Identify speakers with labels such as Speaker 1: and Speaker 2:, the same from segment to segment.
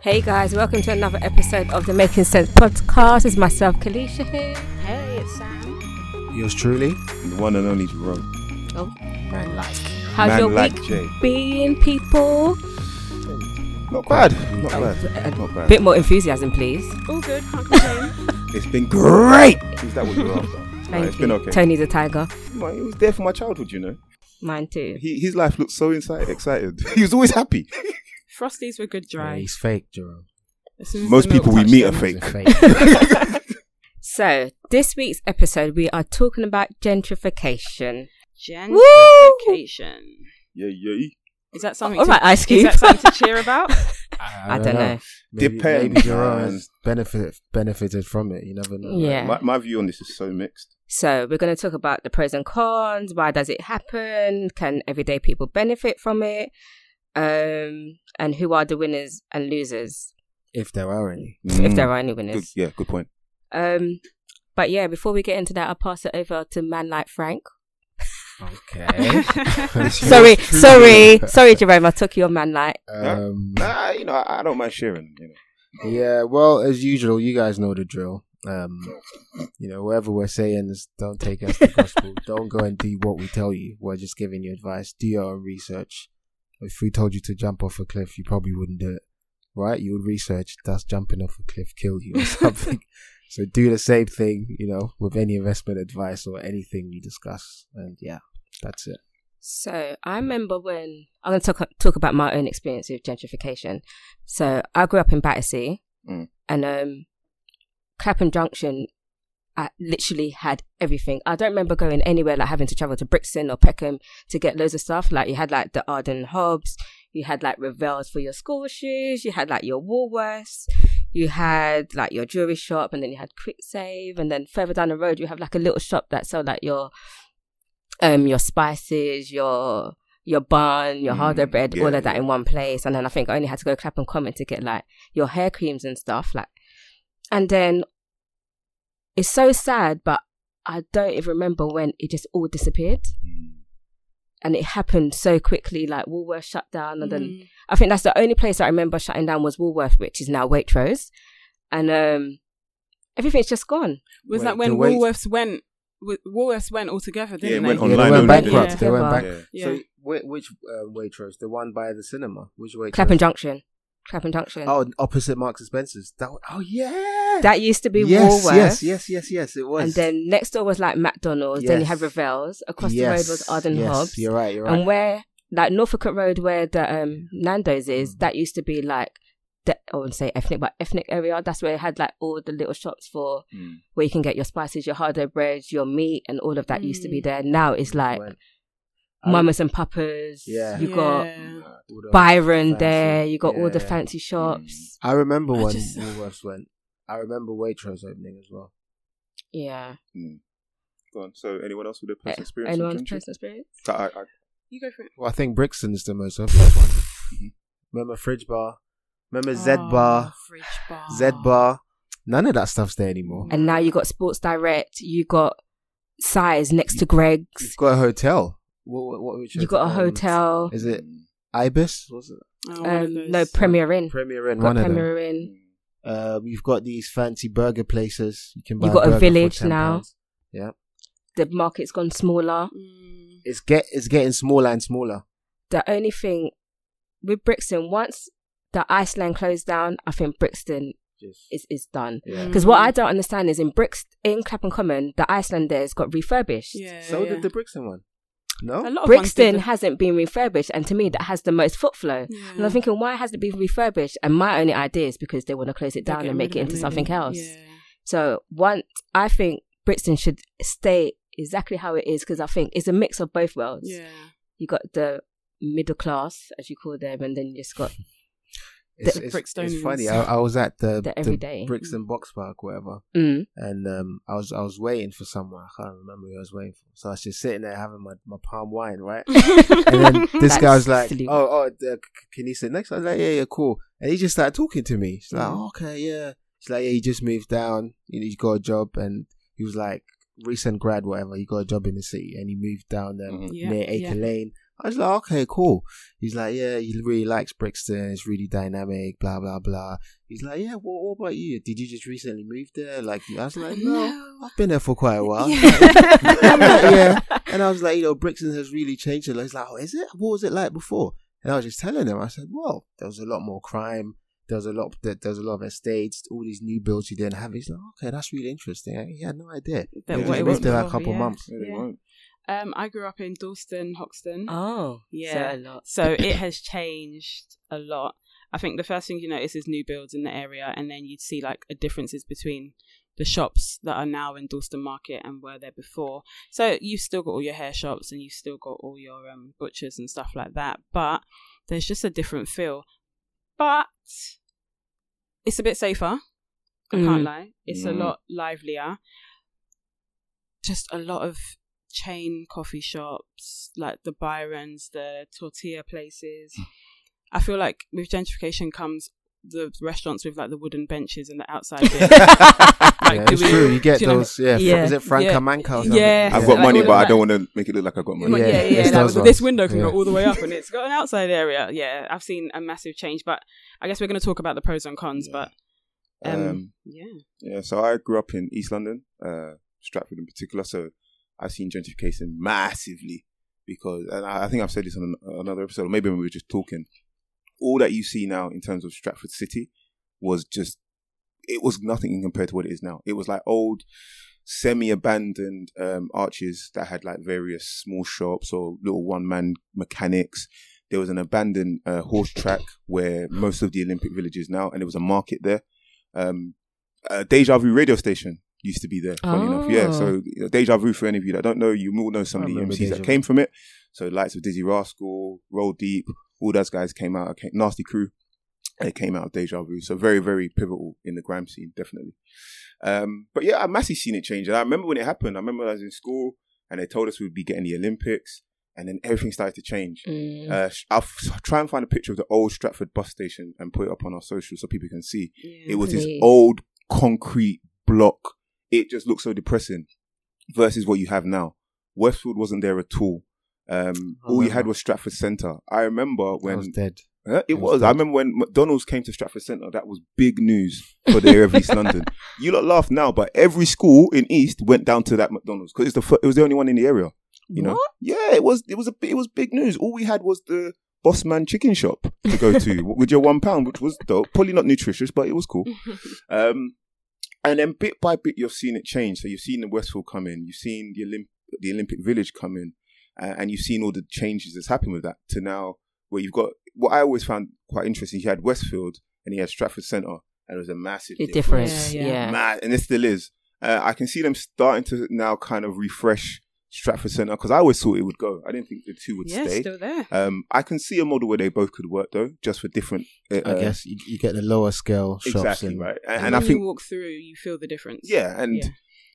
Speaker 1: Hey guys, welcome to another episode of the Making Sense podcast. It's myself, Kalisha here.
Speaker 2: Hey, it's Sam.
Speaker 3: Yours truly.
Speaker 4: The one and only Jerome.
Speaker 2: Oh, man, like.
Speaker 1: How's
Speaker 4: Man
Speaker 1: your
Speaker 4: like
Speaker 1: week
Speaker 4: Jay.
Speaker 1: been, people?
Speaker 4: Not bad. Not bad. Not
Speaker 1: A
Speaker 4: bad.
Speaker 1: bit more enthusiasm, please.
Speaker 2: All good, can't complain.
Speaker 4: It's been great. Is that what you're after?
Speaker 1: Thank
Speaker 4: Nah,
Speaker 1: you.
Speaker 4: it's been okay.
Speaker 1: Tony's a tiger.
Speaker 4: Man, he was there for my childhood, you know.
Speaker 1: Mine too.
Speaker 4: He, his life looked so inside, excited. he was always happy.
Speaker 2: Frosties were good
Speaker 3: Yeah,
Speaker 2: dry.
Speaker 3: he's fake, Jerome.
Speaker 2: As soon as
Speaker 4: Most
Speaker 2: the milk
Speaker 4: people we
Speaker 2: touched
Speaker 4: meet
Speaker 2: them.
Speaker 4: are
Speaker 3: He's
Speaker 4: fake.
Speaker 3: a fake.
Speaker 1: So, this week's episode, we are talking about gentrification.
Speaker 2: Gentrification.
Speaker 4: Yeah, yeah.
Speaker 2: Is that something?
Speaker 1: All
Speaker 2: to,
Speaker 1: right, Ice
Speaker 2: Is
Speaker 1: Cube.
Speaker 2: that something to cheer about? Mm.
Speaker 1: I, don't know.
Speaker 3: Maybe,
Speaker 4: Depends,
Speaker 3: maybe Jerome
Speaker 4: man.
Speaker 3: has benefited benefited from it. You never know.
Speaker 1: Yeah.
Speaker 4: My, my view on this is so mixed.
Speaker 1: So, we're going to talk about the pros and cons. Why does it happen? Can everyday people benefit from it? Um, and who are the winners and losers,
Speaker 3: If there are any.
Speaker 1: if
Speaker 4: Mm.
Speaker 1: there are any
Speaker 4: Good,
Speaker 1: winners?
Speaker 4: yeah, good point.
Speaker 1: Um, but yeah, before we get into that, I'll pass it over to man like Frank.
Speaker 3: Okay.
Speaker 1: sorry, sorry, sorry, Jerome. I took your man like.
Speaker 3: Um,
Speaker 4: Nah, you know, I, I don't mind sharing. You know,
Speaker 3: yeah. Well, as usual, you guys know the drill. Um, you know, whatever we're saying is don't take us the gospel. don't go and do what we tell you. We're just giving you advice. Do your own research. If we told you to jump off a cliff, you probably wouldn't do it, right? You would research. Does jumping off a cliff kill you or something? so do the same thing, you know, with any investment advice or anything we discuss. And yeah, that's it.
Speaker 1: So I remember when I'm going to talk talk about my own experience with gentrification. So I grew up in Battersea,
Speaker 4: Mm.
Speaker 1: and um, Clapham Junction. I literally had everything. I don't remember going anywhere like having to travel to Brixton or Peckham to get loads of stuff. Like you had like the Arden Hobbs, you had like Revels for your school shoes, you had like your Woolworths, you had like your jewelry shop, and then you had Quick Save, and then further down the road you have like a little shop that sold like your um your spices, your your bun, your
Speaker 4: Mm,
Speaker 1: harder bread, all
Speaker 4: yeah,
Speaker 1: of that in one place. And then I think I only had to go Clapham Common to get like your hair creams and stuff. Like and then it's so sad, but I don't even remember when it just all disappeared. And it happened so quickly, like Woolworth shut down and then
Speaker 2: Mm.
Speaker 1: I think that's the only place that I remember shutting down was Woolworth, which is now Waitrose. And um everything's just gone.
Speaker 2: Was
Speaker 3: Wait,
Speaker 2: that when
Speaker 3: the wait-
Speaker 2: Woolworths went? wa- Woolworths went altogether, didn't
Speaker 4: Yeah, it
Speaker 2: they?
Speaker 4: went
Speaker 3: Yeah, they
Speaker 4: Online
Speaker 3: went
Speaker 4: only, didn't
Speaker 3: bankrupt.
Speaker 1: they?
Speaker 3: They went
Speaker 1: Yeah.
Speaker 3: bankrupt.
Speaker 4: yeah.
Speaker 2: Yeah.
Speaker 3: So whi- which uh, Waitrose? The one by the cinema? Which Waitrose?
Speaker 1: Clapham Junction. Clapham Junction.
Speaker 3: Oh, opposite Marks and Spencer's. That one- oh yeah.
Speaker 1: That used to be
Speaker 3: yes,
Speaker 1: Woolworth.
Speaker 3: yes, yes, yes, yes. It was.
Speaker 1: And then next door was like McDonald's. Then you
Speaker 3: Yes.
Speaker 1: had Revels. Across the road was
Speaker 3: Yes,
Speaker 1: Arden
Speaker 3: yes,
Speaker 1: Hobbs.
Speaker 3: You're right. You're right.
Speaker 1: And where like Norfolk Road, where the um, Nando's is,
Speaker 3: Mm.
Speaker 1: that used to be like the, I wouldn't say ethnic, but ethnic area. That's where it had like all the little shops for
Speaker 4: Mm.
Speaker 1: where you can get your spices, your harder breads, your meat, and all of that used to be
Speaker 2: Mm.
Speaker 1: there. Now it's like
Speaker 3: Went- I-
Speaker 1: mamas and papas.
Speaker 3: Yeah.
Speaker 1: You got
Speaker 2: Yeah.
Speaker 3: all the-
Speaker 1: Byron
Speaker 3: fancy.
Speaker 1: there. You got all the
Speaker 3: Yeah.
Speaker 1: fancy shops.
Speaker 3: I remember
Speaker 2: I
Speaker 3: when
Speaker 2: just-
Speaker 3: Woolworths went. I remember Waitrose opening as well. Mm.
Speaker 1: Yeah.
Speaker 4: mm. Go on. So, anyone else with a personal experience? with
Speaker 1: Anyone's
Speaker 4: Ginger?
Speaker 1: personal experience?
Speaker 4: I, I, I,
Speaker 2: You go for it.
Speaker 3: Well, I think Brixton's the most obvious one. Remember Fridge Bar? Remember Z Bar?
Speaker 2: Oh, Fridge bar.
Speaker 3: Z Bar? None of that stuff's there anymore.
Speaker 1: And now you got Sports Direct. You got Size next to Greg's.
Speaker 3: You've got a hotel. What, what, what which
Speaker 1: You got a
Speaker 3: um,
Speaker 1: hotel.
Speaker 3: Is it
Speaker 4: mm.
Speaker 3: Ibis? What's it?
Speaker 2: Oh, one of
Speaker 1: Um, no,
Speaker 2: those.
Speaker 1: Premier Inn.
Speaker 3: Premier Inn.
Speaker 1: Got
Speaker 3: One of them.
Speaker 1: Premier Inn.
Speaker 3: Um, you've got these fancy burger places. You can buy
Speaker 1: You've got a
Speaker 3: burger for
Speaker 1: village
Speaker 3: £10.
Speaker 1: now.
Speaker 3: Yeah,
Speaker 1: the market's gone smaller.
Speaker 2: Mm.
Speaker 3: it's get it's getting smaller and smaller.
Speaker 1: The only thing with Brixton, once the Iceland closed down, I think Brixton
Speaker 3: Just
Speaker 1: is, is done.
Speaker 3: yeah.
Speaker 1: Because
Speaker 2: Mm-hmm.
Speaker 1: what I don't understand is in Brixton, in Clapham Common, the Iceland there's got refurbished.
Speaker 2: Yeah.
Speaker 3: So
Speaker 2: yeah.
Speaker 3: did the Brixton one.
Speaker 2: A
Speaker 3: No,
Speaker 2: lot of ones did
Speaker 1: Brixton
Speaker 2: the-
Speaker 1: hasn't been refurbished, and to me, that has the most foot flow. And
Speaker 2: Yeah.
Speaker 1: I'm thinking, why hasn't it been refurbished? And my only idea is because they want to close it
Speaker 2: They're
Speaker 1: down
Speaker 2: getting
Speaker 1: and make
Speaker 2: rid
Speaker 1: it
Speaker 2: of
Speaker 1: into something
Speaker 2: maybe.
Speaker 1: else.
Speaker 2: Yeah.
Speaker 1: So, one, I think Brixton should stay exactly how it is because I think it's a mix of both worlds.
Speaker 2: Yeah.
Speaker 1: You got the middle class, as you call them, and then you just got
Speaker 3: it's,
Speaker 2: the
Speaker 3: it's, it's
Speaker 2: Brixtonians.
Speaker 3: funny. I, I was at the,
Speaker 1: The everyday.
Speaker 3: Brixton Box Park, whatever,
Speaker 1: mm,
Speaker 3: and um, I was I was waiting for someone. I can't remember who I was waiting for. So I was just sitting there having my, my palm wine, right? And then this
Speaker 1: That's
Speaker 3: guy was like,
Speaker 1: silly.
Speaker 3: "Oh, oh, the, c- c- can you sit next?" I was like, "Yeah, yeah, cool." And he just started talking to me. He's like,
Speaker 1: Mhm.
Speaker 3: oh, "Okay, yeah." He's like, "Yeah, he just moved down. You know, he's got a job." And he was like, "Recent grad, whatever. He got a job in the city, and he moved down there
Speaker 4: Mhm.
Speaker 1: Mm-hmm.
Speaker 2: Yeah,
Speaker 3: near Acre
Speaker 2: yeah.
Speaker 3: Lane." I was like, okay, cool. He's like, yeah, he really likes Brixton. It's really dynamic, blah, blah, blah. He's like, yeah, what, what about you? Did you just recently move there? Like, I was like, no, I've been there for quite a while. I'm like, yeah. And I was like, you know, Brixton has really changed. And I was like, oh, is it? What was it like before? And I was just telling him, I said, well, there was a lot more crime. There was a lot. There, there was a lot of estates. All these new builds you didn't have. He's like, okay, that's really interesting. I, he had no idea. They
Speaker 2: That what
Speaker 3: just
Speaker 2: it
Speaker 3: lived there a
Speaker 2: was
Speaker 3: couple
Speaker 2: before, yeah.
Speaker 3: months.
Speaker 4: Yeah, they
Speaker 2: Yeah.
Speaker 4: won't.
Speaker 2: Um, I grew up in Dalston, Hoxton.
Speaker 1: Oh,
Speaker 2: Yeah.
Speaker 1: So a lot.
Speaker 2: So it has changed a lot. I think the first thing you notice is new builds in the area, and then you'd see like a differences between the shops that are now in Dalston Market and were there before. So you've still got all your hair shops and you've still got all your um, butchers and stuff like that, but there's just a different feel. But it's a bit safer. I can't
Speaker 1: Mm.
Speaker 2: lie. It's a
Speaker 4: Mm.
Speaker 2: lot livelier. Just a lot of chain coffee shops, like the Byron's, the tortilla places.
Speaker 3: Hmm.
Speaker 2: I feel like with gentrification comes the restaurants with like the wooden benches and the outside. bit.
Speaker 3: yeah,
Speaker 2: do
Speaker 3: it's
Speaker 2: we-
Speaker 3: true. You get
Speaker 2: do you know-
Speaker 3: those. yeah, fr-
Speaker 1: Yeah.
Speaker 3: is it Frank
Speaker 2: Yeah.
Speaker 3: Amanka or something?
Speaker 2: Yeah.
Speaker 4: I've
Speaker 2: Yeah.
Speaker 4: got
Speaker 2: Like
Speaker 4: money,
Speaker 2: all
Speaker 4: but
Speaker 2: of
Speaker 4: I
Speaker 2: that.
Speaker 4: don't want to make it look like I've got money.
Speaker 2: yeah, yeah,
Speaker 3: it's
Speaker 2: yeah. like,
Speaker 3: those
Speaker 2: this
Speaker 3: ones.
Speaker 2: window can
Speaker 3: Yeah.
Speaker 2: go all the way up, and it's got an outside area. Yeah, I've seen a massive change, but I guess we're going to talk about the pros and cons.
Speaker 4: Yeah.
Speaker 2: But um,
Speaker 4: Um,
Speaker 2: yeah,
Speaker 4: Yeah, so I grew up in East London, uh, Stratford in particular. So I've seen gentrification massively because, and I, I think I've said this on an, another episode, or maybe when we were just talking. All that you see now in terms of Stratford City was just, it was nothing compared to what it is now. It was like old, semi-abandoned um, arches that had like various small shops or little one-man mechanics. There was an abandoned uh, horse track where most of the Olympic Village is now, and there was a market there. Um, uh, Deja Vu radio station used to be there. Funny enough, yeah.
Speaker 1: Oh.
Speaker 4: So you know, Deja Vu, for any of you that don't know, you all know some
Speaker 3: I
Speaker 4: of the
Speaker 3: remember
Speaker 4: MCs
Speaker 3: Deja
Speaker 4: that
Speaker 3: Vu.
Speaker 4: came from it. So likes of Dizzy Rascal, Roll Deep, all those guys came out. Came, Nasty Crew, they came out of Deja Vu. So very, very pivotal in the grime scene, definitely. Um, but yeah, I've massively seen it change. And I remember when it happened. I remember I was in school and they told us we'd be getting the Olympics, and then everything started to change.
Speaker 1: Mm.
Speaker 4: Uh, sh- I'll f- try and find a picture of the old Stratford bus station and put it up on our social so people can see.
Speaker 2: yeah.
Speaker 4: It was this
Speaker 1: Please.
Speaker 4: old concrete block. It just looked so depressing versus what you have now. Westwood wasn't there at all. Um,
Speaker 3: I
Speaker 4: all you had
Speaker 3: remember.
Speaker 4: was Stratford Centre. I remember when
Speaker 3: I was dead.
Speaker 4: Huh?
Speaker 3: It
Speaker 4: It
Speaker 3: was
Speaker 4: was. I
Speaker 3: bad.
Speaker 4: remember when McDonald's came to Stratford Centre, that was big news for the area of East London. You lot laugh now, but every school in East went down to that McDonald's because it's the fir- it was the only one in the area. You know, yeah, it was it was a it was big news. All we had was the Bossman Chicken Shop to go to with your one pound, which was dope. Probably not nutritious, but it was cool. Um, and then bit by bit, you've seen it change. So you've seen the Westfield come in, you've seen the Olymp- the Olympic Village come in, uh, and you've seen all the changes that's happened with that to now where you've got what I always found quite interesting. He had Westfield and he had Stratford Centre, and it was a massive
Speaker 1: the
Speaker 4: difference.
Speaker 1: difference.
Speaker 2: Yeah,
Speaker 1: Yeah.
Speaker 2: yeah.
Speaker 4: Mad, and it still is. Uh, I can see them starting to now kind of refresh Stratford Centre because I always thought it would go. I didn't think the two would
Speaker 2: yeah,
Speaker 4: stay.
Speaker 2: still there.
Speaker 4: Um, I can see a model where they both could work though, just for different. Uh,
Speaker 3: I guess you, you get the lower scale shops.
Speaker 4: exactly
Speaker 3: and,
Speaker 4: right, and,
Speaker 2: when
Speaker 4: and I think
Speaker 2: you walk through, you feel the difference.
Speaker 4: yeah, and
Speaker 2: Yeah.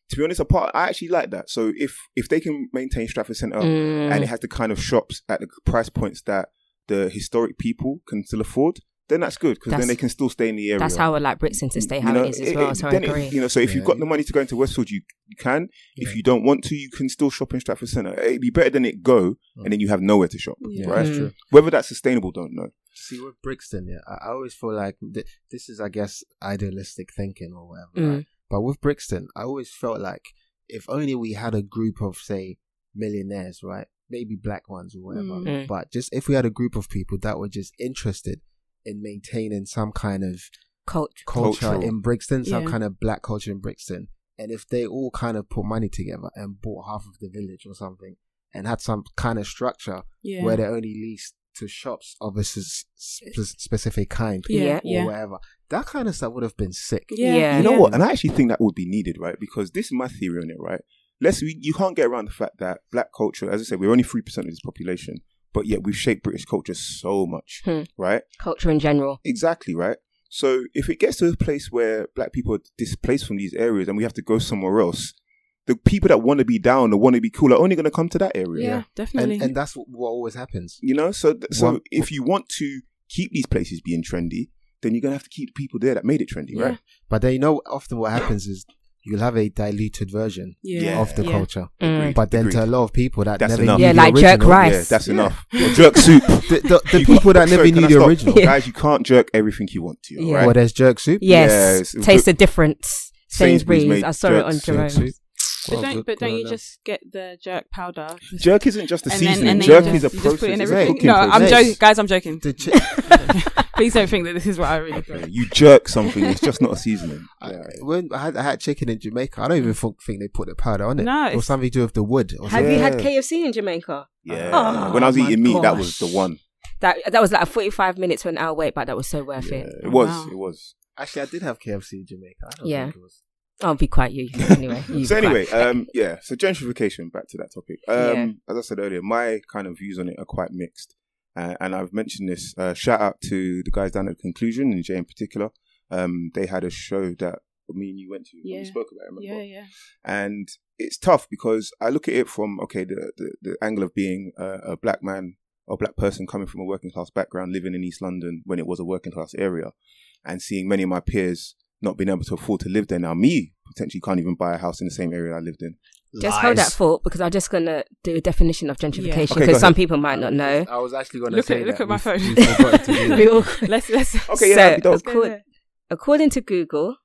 Speaker 4: to be honest, apart, I actually like that. So if if they can maintain Stratford Centre
Speaker 1: Mm.
Speaker 4: and it has the kind of shops at the price points that the historic people can still afford, then that's good because then
Speaker 1: That's-
Speaker 4: they can still stay in the area.
Speaker 1: That's how I like Brixton to stay how
Speaker 4: You know,
Speaker 1: it is as well. so I
Speaker 4: then it-
Speaker 1: agree.
Speaker 4: you know, so if
Speaker 3: Yeah.
Speaker 4: you've got the money to go into Westfield, you you can. If
Speaker 3: Yeah.
Speaker 4: you don't want to, you can still shop in Stratford Centre. It'd be better than it go
Speaker 3: Mm.
Speaker 4: and then you have nowhere to shop.
Speaker 3: Yeah,
Speaker 4: Right.
Speaker 2: Mm.
Speaker 3: that's true.
Speaker 4: Whether that's sustainable, don't know.
Speaker 3: See with Brixton, yeah, I, I always feel like th- this is, I guess, idealistic thinking or whatever.
Speaker 1: Mm.
Speaker 3: Right? But with Brixton, I always felt like if only we had a group of say millionaires, right? Maybe black ones or whatever.
Speaker 2: Mm.
Speaker 1: Mm.
Speaker 3: But just if we had a group of people that were just interested in maintaining some kind of
Speaker 1: Culture.
Speaker 3: culture
Speaker 4: Cultural.
Speaker 3: in Brixton, some
Speaker 2: Yeah.
Speaker 3: kind of black culture in Brixton. And if they all kind of put money together and bought half of the village or something and had some kind of structure
Speaker 2: Yeah.
Speaker 3: where they only leased to shops of a s- s- specific kind
Speaker 2: yeah,
Speaker 1: Yeah.
Speaker 3: or
Speaker 2: yeah,
Speaker 3: whatever, that kind of stuff would have been sick.
Speaker 2: yeah,
Speaker 1: Yeah.
Speaker 4: You know what? And I actually think that would be needed, right? Because this is my theory on it, right? Let's we, you can't get around the fact that black culture, as I said, we're only three percent of this population, but yet we've shaped British culture so much,
Speaker 1: Hmm.
Speaker 4: right?
Speaker 1: Culture in general.
Speaker 4: Exactly, right. So if it gets to a place where black people are displaced from these areas and we have to go somewhere else, the people that want to be down or want to be cool are only going to come to that area.
Speaker 2: Yeah,
Speaker 3: Yeah.
Speaker 2: definitely.
Speaker 3: And, and that's what, what always happens.
Speaker 4: You know, so th- so
Speaker 3: One-
Speaker 4: if you want to keep these places being trendy, then you're going to have to keep the people there that made it trendy,
Speaker 2: Yeah.
Speaker 4: right?
Speaker 3: But they know often what happens is you'll have a diluted version
Speaker 4: Yeah.
Speaker 3: of the
Speaker 2: Yeah.
Speaker 3: culture.
Speaker 1: Mm.
Speaker 4: Agreed,
Speaker 3: But then to a
Speaker 4: agreed.
Speaker 3: lot of people that
Speaker 4: That's
Speaker 3: never
Speaker 4: enough.
Speaker 3: knew
Speaker 1: Yeah,
Speaker 3: the
Speaker 1: like jerk
Speaker 3: original-
Speaker 1: rice.
Speaker 4: Yeah, that's
Speaker 3: Yeah.
Speaker 4: enough. Or jerk soup.
Speaker 3: The, the, the
Speaker 4: You
Speaker 3: people
Speaker 4: can't-
Speaker 3: that never
Speaker 4: sorry, can
Speaker 3: knew
Speaker 4: I
Speaker 3: the
Speaker 4: stop?
Speaker 3: original.
Speaker 4: Guys, you can't jerk everything you want to,
Speaker 1: Yeah.
Speaker 4: right?
Speaker 3: Well, there's jerk soup.
Speaker 1: Yes,
Speaker 4: Yes.
Speaker 1: taste the difference.
Speaker 4: Sainsbury's
Speaker 1: Sainsbury's.
Speaker 4: make
Speaker 1: I saw it on
Speaker 4: jerks,
Speaker 3: Jerk
Speaker 1: Jerome's.
Speaker 3: soup.
Speaker 2: But
Speaker 3: Well,
Speaker 2: don't,
Speaker 3: good-
Speaker 2: but don't
Speaker 3: good
Speaker 2: you
Speaker 3: enough.
Speaker 2: just get the jerk powder? Just-
Speaker 4: Jerk isn't just a
Speaker 2: and then-
Speaker 4: seasoning.
Speaker 2: and then
Speaker 4: jerk
Speaker 2: you
Speaker 4: is a
Speaker 2: just- you just
Speaker 4: process.
Speaker 2: put it in
Speaker 4: It's a
Speaker 2: everything.
Speaker 4: cooking
Speaker 2: No, I'm
Speaker 4: process.
Speaker 2: joking, guys. I'm joking.
Speaker 3: The chi-
Speaker 2: Please don't think that this is what I really think.
Speaker 4: Yeah, You jerk something. It's just not a seasoning.
Speaker 3: I, when I had, I had chicken in Jamaica, I don't even think, think they put the powder on it.
Speaker 2: No,
Speaker 3: or
Speaker 2: it's-
Speaker 3: something to do with the wood. Or
Speaker 1: Have
Speaker 3: something.
Speaker 1: you had
Speaker 4: Yeah.
Speaker 1: KFC in Jamaica?
Speaker 4: Yeah.
Speaker 1: Oh,
Speaker 4: when I was
Speaker 1: my
Speaker 4: eating meat, that was the
Speaker 1: gosh.
Speaker 4: one.
Speaker 1: That that was like a forty-five minutes to an hour wait, but that was so worth
Speaker 4: Yeah,
Speaker 1: it.
Speaker 4: it was.
Speaker 2: Wow.
Speaker 4: It was.
Speaker 3: Actually, I did have KFC in Jamaica. I don't
Speaker 1: Yeah.
Speaker 3: think it was-
Speaker 1: I'll be quite you anyway. you
Speaker 4: so
Speaker 1: be
Speaker 4: anyway,
Speaker 1: quiet.
Speaker 4: um, yeah. So gentrification. Back to that topic. Um,
Speaker 1: Yeah.
Speaker 4: As I said earlier, my kind of views on it are quite mixed, uh, and I've mentioned this. Uh, shout out to the guys down at Conclusion and Jay in particular. Um, they had a show that me and you went to. And
Speaker 2: Yeah.
Speaker 4: we spoke about. It, remember?
Speaker 2: Yeah, yeah.
Speaker 4: and it's tough because I look at it from okay the the, the angle of being a, a black man or black person coming from a working class background living in East London when it was a working class area, and seeing many of my peers not being able to afford to live there now me potentially can't even buy a house in the same area I lived in.
Speaker 1: just hold that
Speaker 3: Lies.
Speaker 1: thought because I'm just gonna do a definition of gentrification
Speaker 4: Okay, go
Speaker 1: because some
Speaker 4: ahead.
Speaker 1: people might not know.
Speaker 3: I was actually going to
Speaker 2: Look
Speaker 3: say
Speaker 2: at- look
Speaker 3: that
Speaker 2: at my
Speaker 3: we've-
Speaker 2: phone.
Speaker 3: we've forgotten to do that.
Speaker 1: We all-
Speaker 2: Let's let's.
Speaker 4: Okay, yeah, that'd be
Speaker 1: So,
Speaker 4: dope.
Speaker 1: of course, According to Google,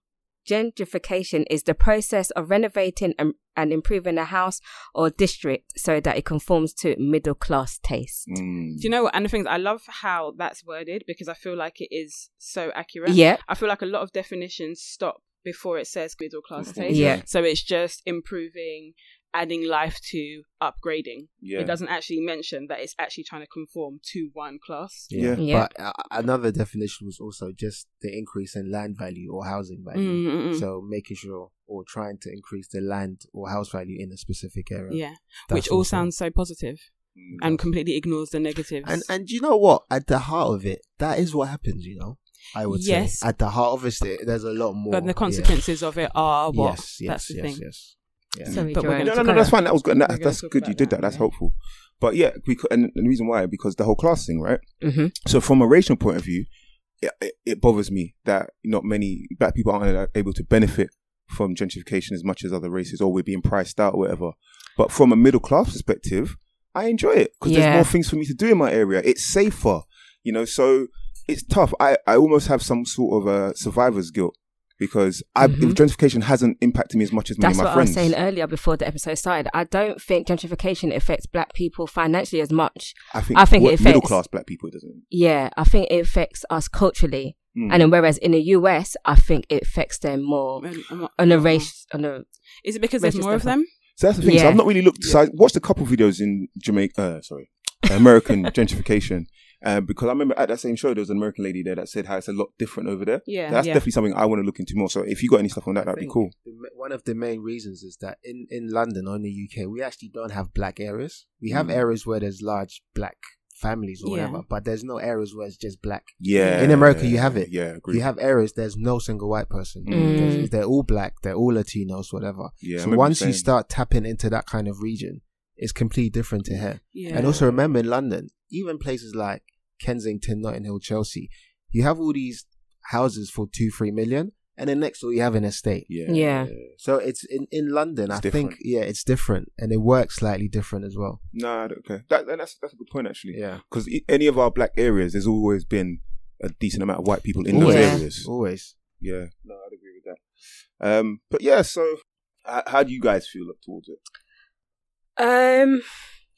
Speaker 1: gentrification is the process of renovating and, and improving a house or district so that it conforms to middle class taste.
Speaker 4: Mm.
Speaker 2: Do you know what? And the things I love how that's worded because I feel like it is so accurate.
Speaker 1: Yeah.
Speaker 2: I feel like a lot of definitions stop before it says middle class
Speaker 4: Mhm.
Speaker 2: taste.
Speaker 1: Yeah.
Speaker 2: So it's just improving, adding life to, upgrading.
Speaker 4: Yeah.
Speaker 2: It doesn't actually mention that it's actually trying to conform to one class.
Speaker 4: Yeah.
Speaker 1: Yeah.
Speaker 3: But uh, another definition was also just the increase in land value or housing value.
Speaker 2: Mm, mm, mm.
Speaker 3: So making sure or trying to increase the land or house value in a specific area.
Speaker 2: yeah.
Speaker 3: That's
Speaker 2: Which all
Speaker 3: also-
Speaker 2: sounds so positive
Speaker 4: Mm.
Speaker 2: and completely ignores the negatives.
Speaker 3: And and you know what? At the heart of it, that is what happens. You know, I would
Speaker 2: Yes.
Speaker 3: say at the heart of it, there's a lot more.
Speaker 2: but the
Speaker 3: consequences.
Speaker 2: consequences of it are what?
Speaker 3: Yes, yes,
Speaker 2: That's the
Speaker 3: yes,
Speaker 2: thing.
Speaker 3: yes. Yeah.
Speaker 1: Sorry,
Speaker 2: But we're
Speaker 1: Joanne.
Speaker 4: No,
Speaker 2: gonna
Speaker 4: no, no,
Speaker 1: Go
Speaker 4: that's
Speaker 1: on.
Speaker 4: fine. That was good.
Speaker 2: We're
Speaker 4: That,
Speaker 2: gonna
Speaker 4: that's
Speaker 2: talk
Speaker 4: good. You
Speaker 2: about
Speaker 4: did
Speaker 2: that,
Speaker 4: that. That's
Speaker 2: yeah.
Speaker 4: helpful. But yeah, because, and the reason why because the whole class thing, right?
Speaker 1: Mhm.
Speaker 4: So from a racial point of view, it, it, it bothers me that not many black people aren't able to benefit from gentrification as much as other races, or we're being priced out, or whatever. But from a middle class perspective, I enjoy it because
Speaker 1: Yeah.
Speaker 4: there's more things for me to do in my area. It's safer, you know. So it's tough. I, I almost have some sort of a survivor's guilt because I,
Speaker 1: Mhm.
Speaker 4: gentrification hasn't impacted me as much as many
Speaker 1: That's
Speaker 4: of my
Speaker 1: what
Speaker 4: friends.
Speaker 1: I was saying earlier before the episode started. I don't think gentrification affects black people financially as much.
Speaker 4: I think,
Speaker 1: I think
Speaker 4: what
Speaker 1: it affects-
Speaker 4: middle class black people it doesn't.
Speaker 1: Yeah, I think it affects us culturally.
Speaker 4: Mm.
Speaker 1: And then whereas in the US, I think it affects them more
Speaker 2: And- and what-
Speaker 1: on a race, on a
Speaker 2: Is it because there's
Speaker 1: racist
Speaker 2: more of
Speaker 1: stuff.
Speaker 2: them?
Speaker 4: So that's the thing. So
Speaker 1: Yeah.
Speaker 4: I've not really looked. So I watched a couple videos in Jamaica. Uh, sorry, American gentrification. Uh, because I remember at that same show there was an American lady there that said how it's a lot different over there.
Speaker 2: Yeah,
Speaker 4: that's
Speaker 2: yeah.
Speaker 4: definitely something I want to look into more. So if you got any stuff on that, that'd be
Speaker 3: think
Speaker 4: cool.
Speaker 3: the ma- One of the main reasons is that in, in London or in the UK, we actually don't have black areas. We have
Speaker 4: Mm.
Speaker 3: areas where there's large black families or
Speaker 2: Yeah.
Speaker 3: whatever, but there's no areas where it's just black.
Speaker 4: Yeah,
Speaker 3: In America, you have it.
Speaker 4: Yeah, agree.
Speaker 3: You have areas, there's no single white person.
Speaker 4: Mm.
Speaker 3: There's- They're all black, they're all Latinos, whatever.
Speaker 4: Yeah, I
Speaker 3: so
Speaker 4: remember
Speaker 3: once you
Speaker 4: saying.
Speaker 3: start tapping into that kind of region, it's completely different to here.
Speaker 2: Yeah.
Speaker 3: And also remember in London, even places like Kensington, Notting Hill, Chelsea, you have all these houses for two, three million, and then next door you have an estate.
Speaker 4: Yeah,
Speaker 1: Yeah.
Speaker 3: So it's in, in London,
Speaker 4: It's
Speaker 3: I
Speaker 4: different.
Speaker 3: think, yeah, it's different and it works slightly different as well.
Speaker 4: No, I don't care. That, and that's that's a good point actually.
Speaker 3: Yeah.
Speaker 4: Because any of our black areas, there's always been a decent amount of white people in those
Speaker 3: always.
Speaker 1: Yeah.
Speaker 4: areas.
Speaker 3: Always.
Speaker 4: Yeah, no, I'd agree with that. Um, but yeah, so h- how do you guys feel up towards it?
Speaker 1: um.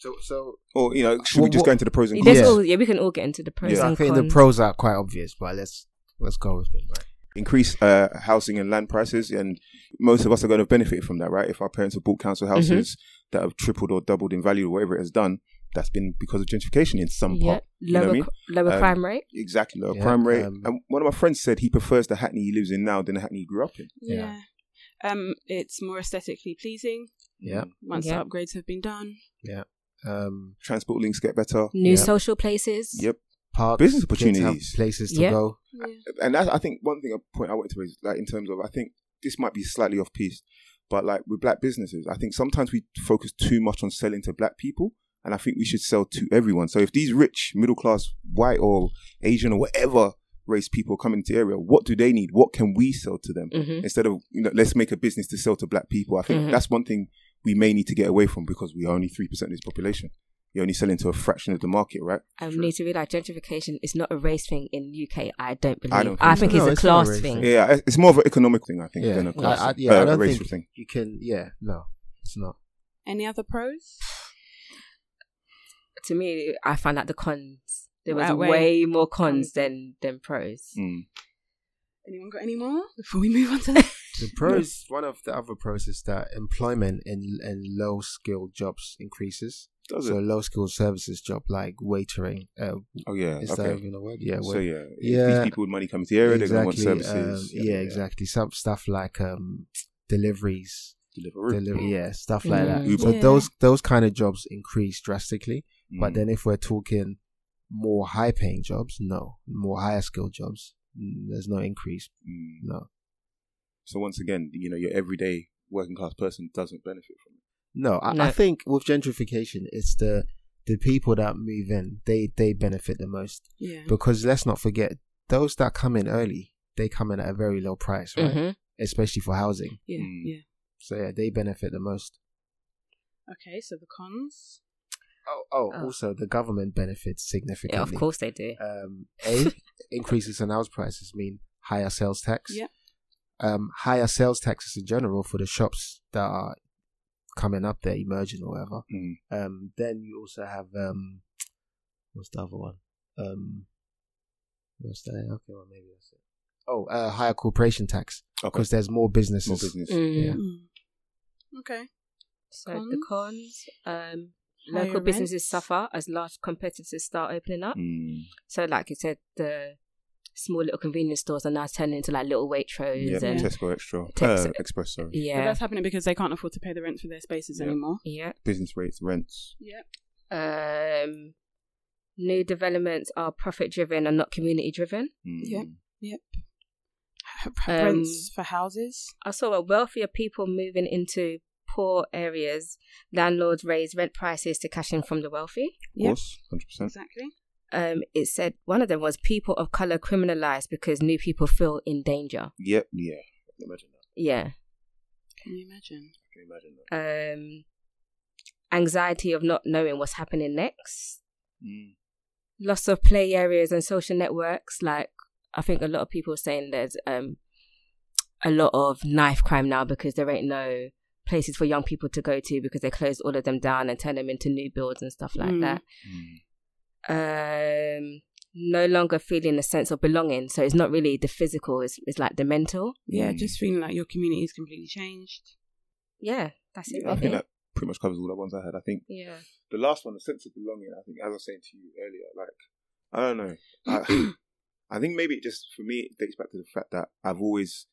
Speaker 3: So, so
Speaker 4: Or you know, should we
Speaker 3: Well,
Speaker 4: just
Speaker 3: what-
Speaker 4: go into the pros and
Speaker 1: Yeah,
Speaker 4: cons?
Speaker 1: there's
Speaker 3: Yeah.
Speaker 1: all, yeah, we can all get into the pros
Speaker 4: Yeah,
Speaker 3: I
Speaker 1: and
Speaker 3: think
Speaker 1: cons.
Speaker 3: the pros are quite obvious, but let's let's go with them, right?
Speaker 4: increase uh, housing and land prices, and most of us are going to benefit from that, right? If our parents have bought council houses that have tripled or doubled in value, or whatever it has done, that's been because of gentrification in some
Speaker 1: yeah,
Speaker 4: part. You know
Speaker 1: lower
Speaker 4: what I mean?
Speaker 1: cr- lower
Speaker 4: Um,
Speaker 1: crime rate.
Speaker 4: Exactly, lower
Speaker 3: Yeah,
Speaker 4: crime rate.
Speaker 3: um,
Speaker 4: and one of my friends said he prefers the Hackney he lives in now than the Hackney he grew up in.
Speaker 2: Yeah. Um, it's more aesthetically pleasing
Speaker 3: Yeah.
Speaker 2: once
Speaker 1: Yeah.
Speaker 2: the upgrades have been done.
Speaker 3: Um,
Speaker 4: Transport links get better.
Speaker 1: New
Speaker 3: yeah.
Speaker 1: social places.
Speaker 4: Yep,
Speaker 3: parks,
Speaker 4: Business
Speaker 3: kids have
Speaker 4: opportunities.
Speaker 3: places to
Speaker 1: Yeah.
Speaker 3: go.
Speaker 4: and that's, I think one thing a point I wanted to raise, like in terms of, I think this might be slightly off piece, but like with black businesses, I think sometimes we focus too much on selling to black people, and I think we should sell to everyone. So if these rich middle class white or Asian or whatever race people coming to the area. What do they need? What can we sell to them?
Speaker 2: Mm-hmm.
Speaker 1: hmm
Speaker 4: Instead of, you know, let's make a business to sell to black people. I think
Speaker 1: Mhm.
Speaker 4: that's one thing we may need to get away from because we are only 3% of this population. You're only selling to a fraction of the market, right?
Speaker 1: I need to realize gentrification is not a race thing in UK. I don't believe. I,
Speaker 4: I don't
Speaker 1: think
Speaker 4: think
Speaker 3: so. No,
Speaker 1: it's a
Speaker 3: it's not a
Speaker 1: class
Speaker 3: race
Speaker 1: thing.
Speaker 3: thing.
Speaker 4: Yeah, it's more of an economic thing, I think,
Speaker 3: yeah,
Speaker 4: than a class,
Speaker 3: I, I,
Speaker 4: thing,
Speaker 3: yeah,
Speaker 4: uh,
Speaker 3: I don't
Speaker 4: racial
Speaker 3: think
Speaker 4: thing.
Speaker 3: you can. Yeah, no, it's not.
Speaker 2: Any other pros?
Speaker 1: To me, I found out the cons. There was
Speaker 2: Right way.
Speaker 1: way. more cons than than pros.
Speaker 4: Mm.
Speaker 2: Anyone got any more before we move on to the
Speaker 3: The pros, one of the other pros is that employment in in low skilled jobs increases.
Speaker 4: Does
Speaker 3: so
Speaker 4: it?
Speaker 3: low skilled services job like waitering. Uh,
Speaker 4: Oh, yeah.
Speaker 3: is that
Speaker 4: okay.
Speaker 3: even a word? Yeah,
Speaker 4: so,
Speaker 3: wait-
Speaker 4: yeah. if
Speaker 3: Yeah.
Speaker 4: These people with money coming to the area, they're going to want
Speaker 3: um,
Speaker 4: services. uh,
Speaker 3: yeah, exactly. Some stuff like um deliveries,
Speaker 4: Delivery.
Speaker 3: deli- yeah, stuff like that.
Speaker 1: Mm.
Speaker 3: So
Speaker 2: Yeah.
Speaker 3: those those kind of jobs increase drastically. But
Speaker 4: Mm.
Speaker 3: then if we're talking more high paying jobs, no, more higher skilled jobs, mm, there's no increase.
Speaker 4: Mm.
Speaker 3: No,
Speaker 4: So once again, you know, your everyday working class person doesn't benefit from it.
Speaker 3: no. I, I
Speaker 1: No.
Speaker 3: think with gentrification, it's the the people that move in they they benefit the most
Speaker 2: yeah?
Speaker 3: because let's not forget those that come in early they come in at a very low price, right?
Speaker 2: Mm-hmm.
Speaker 1: Mhm.
Speaker 3: Especially for housing.
Speaker 2: Yeah,
Speaker 4: Mm.
Speaker 2: yeah.
Speaker 3: So yeah, they benefit the most.
Speaker 2: Okay, so the cons.
Speaker 3: Oh, oh,
Speaker 1: Oh.
Speaker 3: also the government benefits significantly.
Speaker 1: Yeah, of course they do.
Speaker 3: Um, A, increases in house prices mean higher sales tax.
Speaker 2: Yep.
Speaker 3: Um, higher sales taxes in general for the shops that are coming up, they're emerging or whatever.
Speaker 4: Mm.
Speaker 3: Um, then you also have, um, what's the other one? Um, what's that? Okay, well, maybe that's it. Oh, uh, higher corporation tax
Speaker 4: Okay.
Speaker 3: because there's more businesses.
Speaker 4: More business.
Speaker 1: Mm.
Speaker 3: Yeah.
Speaker 2: Mm. Okay.
Speaker 1: So the cons. Um, local
Speaker 2: Higher
Speaker 1: businesses
Speaker 2: rents.
Speaker 1: suffer as large competitors start opening up.
Speaker 4: Mm.
Speaker 1: So, like you said, the small little convenience stores are now turning into like little Waitrose
Speaker 4: Yeah,
Speaker 1: and
Speaker 4: Tesco Extra.
Speaker 1: Tex-
Speaker 4: uh, Express, sorry.
Speaker 2: But
Speaker 1: yeah,
Speaker 2: that's happening because they can't afford to pay the rent for their spaces
Speaker 4: Yeah.
Speaker 2: anymore.
Speaker 1: yeah.
Speaker 4: Business rates, rents.
Speaker 2: Yeah.
Speaker 1: Um, new developments are profit driven and not community driven.
Speaker 4: Mm.
Speaker 2: Yeah.
Speaker 1: Um,
Speaker 2: rents for houses.
Speaker 1: I saw a wealthier people moving into poor areas. Landlords raise rent prices to cash in from the wealthy.
Speaker 4: Of course, 100%.
Speaker 2: Exactly.
Speaker 1: Um, it said one of them was people of color criminalized because new people feel in danger.
Speaker 4: Yep, yeah. I can imagine that.
Speaker 1: Yeah.
Speaker 2: Can you imagine?
Speaker 4: I can imagine that.
Speaker 1: Um, anxiety of not knowing what's happening next.
Speaker 4: Mm.
Speaker 1: lots of play areas and social networks. Like I think a lot of people are saying there's um a lot of knife crime now because there ain't no places for young people to go to because they closed all of them down and turned them into new builds and stuff like
Speaker 2: Mm.
Speaker 1: that.
Speaker 4: Mm.
Speaker 1: Um no longer feeling a sense of belonging. So it's not really the physical, it's it's like the mental.
Speaker 2: Yeah,
Speaker 4: Mm.
Speaker 2: just feeling like your community is completely changed.
Speaker 1: Yeah, that's it.
Speaker 4: Yeah, I think that pretty much covers all the ones I had. I think
Speaker 1: yeah.
Speaker 4: the last one, the sense of belonging, I think, as I was saying to you earlier, like, I don't know. I, I think maybe it just, for me, it dates back to the fact that I've always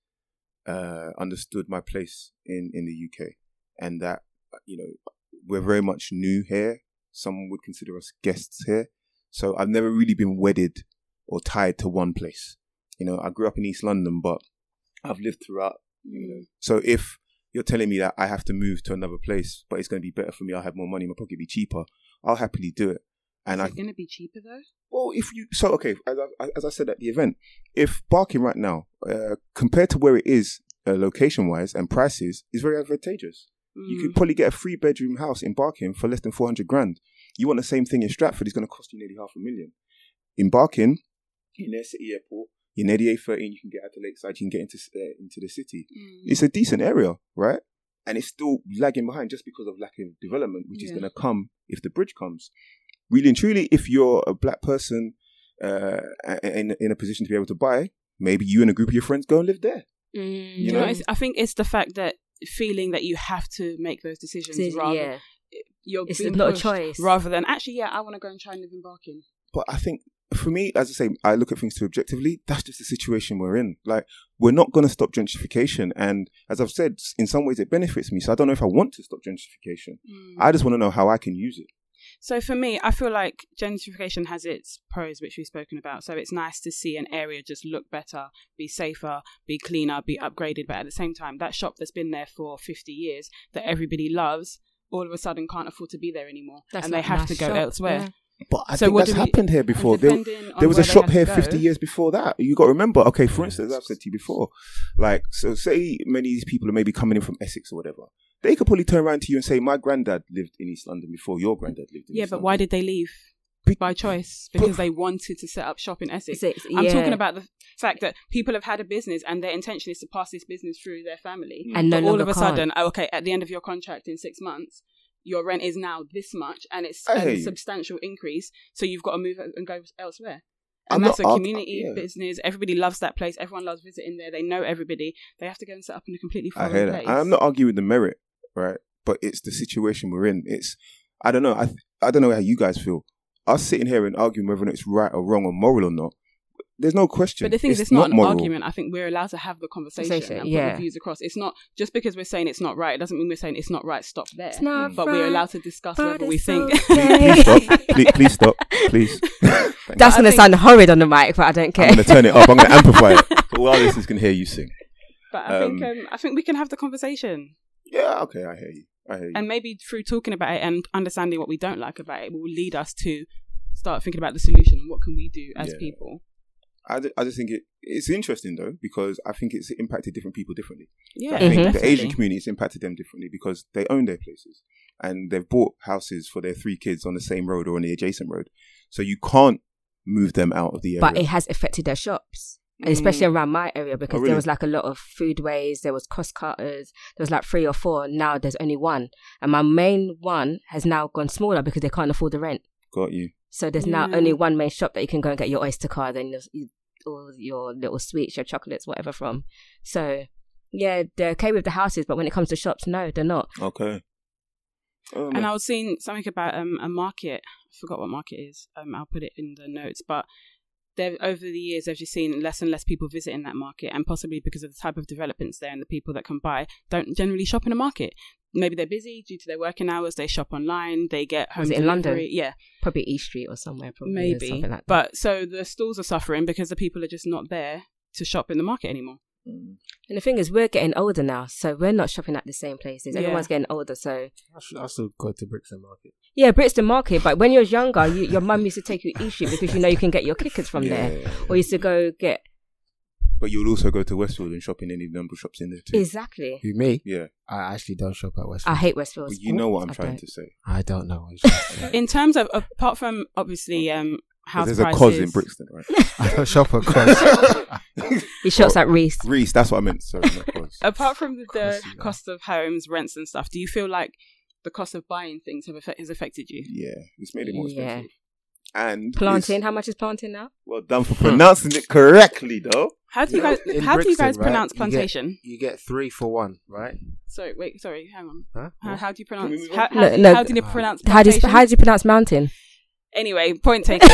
Speaker 4: uh, understood my place in, in the UK and that, you know, we're very much new here. Someone would consider us guests here. So I've never really been wedded or tied to one place. You know, I grew up in East London, but I've lived throughout you
Speaker 2: Hmm.
Speaker 4: know. So if you're telling me that I have to move to another place, but it's going to be better for me, I'll have more money, my pocket be cheaper, I'll happily do it. And I
Speaker 2: Is it going to be cheaper though?
Speaker 4: well, if you so okay, as I, as I said at the event, if Barking right now uh, compared to where it is uh, location wise and prices is very advantageous. You
Speaker 2: Hmm. Mm.
Speaker 4: could probably get a three bedroom house in Barking for less than four hundred grand. You want the same thing in Stratford, it's going to cost you nearly half a million. In Barking, in their city airport, you're near the A13, you can get out to Lakeside, you can get into uh, into the city
Speaker 2: Hmm.
Speaker 4: it's a decent area, right? And it's still lagging behind just because of lack of development, which is
Speaker 2: Yeah.
Speaker 4: going to come if the bridge comes. Really and truly, if you're a black person uh, in in a position to be able to buy, maybe you and a group of your friends go and live there.
Speaker 1: Mm,
Speaker 4: You
Speaker 2: You know,
Speaker 4: know?
Speaker 2: it's, I think it's the fact that feeling that you have to make those decisions rather
Speaker 1: yeah.
Speaker 2: you're
Speaker 1: It's
Speaker 2: being
Speaker 1: not a
Speaker 2: pushed
Speaker 1: choice.
Speaker 2: rather than actually yeah I want to go and try and live in Barking.
Speaker 4: But I think for me, as I say, I look at things too objectively. That's just the situation we're in. Like we're not going to stop gentrification, and as I've said, in some ways it benefits me. So I don't know if I want to stop gentrification.
Speaker 2: Hmm.
Speaker 4: I just want to know how I can use it.
Speaker 2: So for me, I feel like gentrification has its pros, which we've spoken about. So it's nice to see an area just look better, be safer, be cleaner, be upgraded. But at the same time, that shop that's been there for 50 years that everybody loves all of a sudden can't afford to be there anymore
Speaker 1: That's
Speaker 2: and they
Speaker 1: not
Speaker 2: have
Speaker 1: nice
Speaker 2: to go
Speaker 1: shop,
Speaker 2: elsewhere.
Speaker 1: yeah.
Speaker 4: But I
Speaker 2: So
Speaker 4: think
Speaker 2: what
Speaker 4: that's
Speaker 2: do we-
Speaker 4: happened here before.
Speaker 2: And
Speaker 4: There,
Speaker 2: depending on
Speaker 4: there was a
Speaker 2: where they
Speaker 4: shop
Speaker 2: had
Speaker 4: here
Speaker 2: to go-
Speaker 4: 50 years before that. You got to remember. Okay, for instance, I've said to you before, like, so say many of these people are maybe coming in from Essex or whatever. They could probably turn around to you and say, "My granddad lived in East London before your granddad lived in."
Speaker 2: Yeah,
Speaker 4: East
Speaker 2: but
Speaker 4: London."
Speaker 2: why did they leave? By choice, because they wanted to set up shop in Essex.
Speaker 1: Essex,
Speaker 2: I'm
Speaker 1: yeah.
Speaker 2: talking about the fact that people have had a business and their intention is to pass this business through their family.
Speaker 1: and no
Speaker 2: but all
Speaker 1: longer
Speaker 2: of a
Speaker 1: can't.
Speaker 2: sudden, oh, okay, at the end of your contract in six months, your rent is now this much, and it's
Speaker 4: I hear
Speaker 2: a
Speaker 4: you.
Speaker 2: substantial increase. So you've got to move and go elsewhere.
Speaker 4: I'm
Speaker 2: And that's
Speaker 4: not
Speaker 2: a
Speaker 4: arg-
Speaker 2: community
Speaker 4: yeah.
Speaker 2: business. Everybody loves that place. Everyone loves visiting there. They know everybody. They have to go and set up in a completely
Speaker 4: I
Speaker 2: foreign
Speaker 4: hear
Speaker 2: place.
Speaker 4: that. I'm not arguing the merit, right? But it's the situation we're in. It's I don't know. I th- I don't know how you guys feel. Us sitting here and arguing whether it's right or wrong or moral or not. There's no question.
Speaker 2: But the thing is, it's not, an argument. I think we're allowed to have the conversation,
Speaker 1: Conversation,
Speaker 2: and put
Speaker 1: yeah.
Speaker 2: the views across. It's not just because we're saying it's not right. It doesn't mean we're saying it's not right. Stop there.
Speaker 1: It's not
Speaker 2: but we're
Speaker 1: right,
Speaker 2: allowed to discuss
Speaker 1: but
Speaker 2: whether we
Speaker 1: it's
Speaker 2: think.
Speaker 4: Please
Speaker 1: okay.
Speaker 4: stop. please, please stop. Please. Thank
Speaker 1: That's
Speaker 2: I
Speaker 1: gonna
Speaker 2: think-
Speaker 1: sound horrid on the mic, but I don't
Speaker 4: I'm
Speaker 1: care.
Speaker 4: going to turn it up. I'm going to amplify it. So while this is going to hear you sing.
Speaker 2: but I think
Speaker 4: Um,
Speaker 2: um, I think we can have the conversation,
Speaker 4: Yeah, okay, I hear you. I hear you.
Speaker 2: and maybe through talking about it and understanding what we don't like about it, will lead us to start thinking about the solution and what can we do as
Speaker 4: Yeah.
Speaker 2: people.
Speaker 4: I, ju- I just think it, it's interesting, though, because I think it's impacted different people differently.
Speaker 2: Yeah,
Speaker 4: I think the
Speaker 2: definitely.
Speaker 4: Asian community has impacted them differently because they own their places and they've bought houses for their three kids on the same road or on the adjacent road. So you can't move them out of the area.
Speaker 1: but it has affected their shops. And especially around my area because
Speaker 4: Oh, really?
Speaker 1: there was like a lot of foodways, there was cross cutters, there was like three or four. Now there's only one. And my main one has now gone smaller because they can't afford the rent.
Speaker 4: Got you.
Speaker 1: So there's
Speaker 2: Yeah.
Speaker 1: now only one main shop that you can go and get your oyster card and your, you- all your little sweets, your chocolates, whatever from. So yeah, they're okay with the houses, but when it comes to shops, no, they're not.
Speaker 4: Okay. Oh,
Speaker 2: And
Speaker 4: man.
Speaker 2: I was seeing something about um, a market. I forgot what market it is. Um, I'll put it in the notes. But they've, over the years, they've just seen less and less people visiting that market, and possibly because of the type of developments there and the people that can buy don't generally shop in a market. Maybe they're busy due to their working hours. They shop online. They get home
Speaker 1: Was it in London?
Speaker 2: delivery. Yeah,
Speaker 1: Probably East Street or somewhere, probably or
Speaker 2: maybe.
Speaker 1: something like that.
Speaker 2: But so the stalls are suffering because the people are just not there to shop in the market anymore.
Speaker 4: Mm.
Speaker 1: and the thing is, we're getting older now, so we're not shopping at the same places.
Speaker 2: Yeah.
Speaker 1: Everyone's getting older, so
Speaker 3: I should also go to Brixton Market.
Speaker 1: yeah, Brixton Market. But when you was younger, you, your mum used to take you East Street because you know you can get your kickers from there,
Speaker 4: Yeah.
Speaker 1: or you used to go get
Speaker 4: But you would also go to Westfield and shop in any number of shops in there too.
Speaker 1: exactly.
Speaker 3: Who me?
Speaker 4: yeah.
Speaker 3: I actually don't shop at West.
Speaker 1: I hate Westfield.
Speaker 4: But you know what I'm trying to say.
Speaker 1: Ah.
Speaker 3: I don't know. What you're saying.
Speaker 2: In terms of apart from obviously um, house
Speaker 4: There's
Speaker 2: prices,
Speaker 4: a cos in Brixton, right?
Speaker 3: I don't shop at Cross.
Speaker 1: He shops at Reese.
Speaker 4: Reese, that's what I meant. Sorry, not cos.
Speaker 2: apart from the, the
Speaker 3: course you are.
Speaker 2: cost of homes, rents, and stuff, do you feel like the cost of buying things have affect- has affected you?
Speaker 4: Yeah, it's made it more
Speaker 1: Yeah.
Speaker 4: expensive. And it's-
Speaker 1: Planting. How much is planting now?
Speaker 4: Well done for pronouncing it correctly, though.
Speaker 2: How do you
Speaker 3: Yeah.
Speaker 2: guys
Speaker 3: In
Speaker 2: how do you
Speaker 3: Brixton,
Speaker 2: guys
Speaker 3: right,
Speaker 2: pronounce
Speaker 3: you get-
Speaker 2: plantation?
Speaker 3: you get three for one, right?
Speaker 2: Sorry, wait, sorry, hang on.
Speaker 3: Huh?
Speaker 2: How, how do you pronounce?
Speaker 4: we move on?
Speaker 2: How, how,
Speaker 1: No,
Speaker 2: do you-
Speaker 1: no.
Speaker 2: how do you pronounce?
Speaker 1: How do you,
Speaker 2: plantation?
Speaker 1: how do you pronounce mountain?
Speaker 2: anyway, point taken.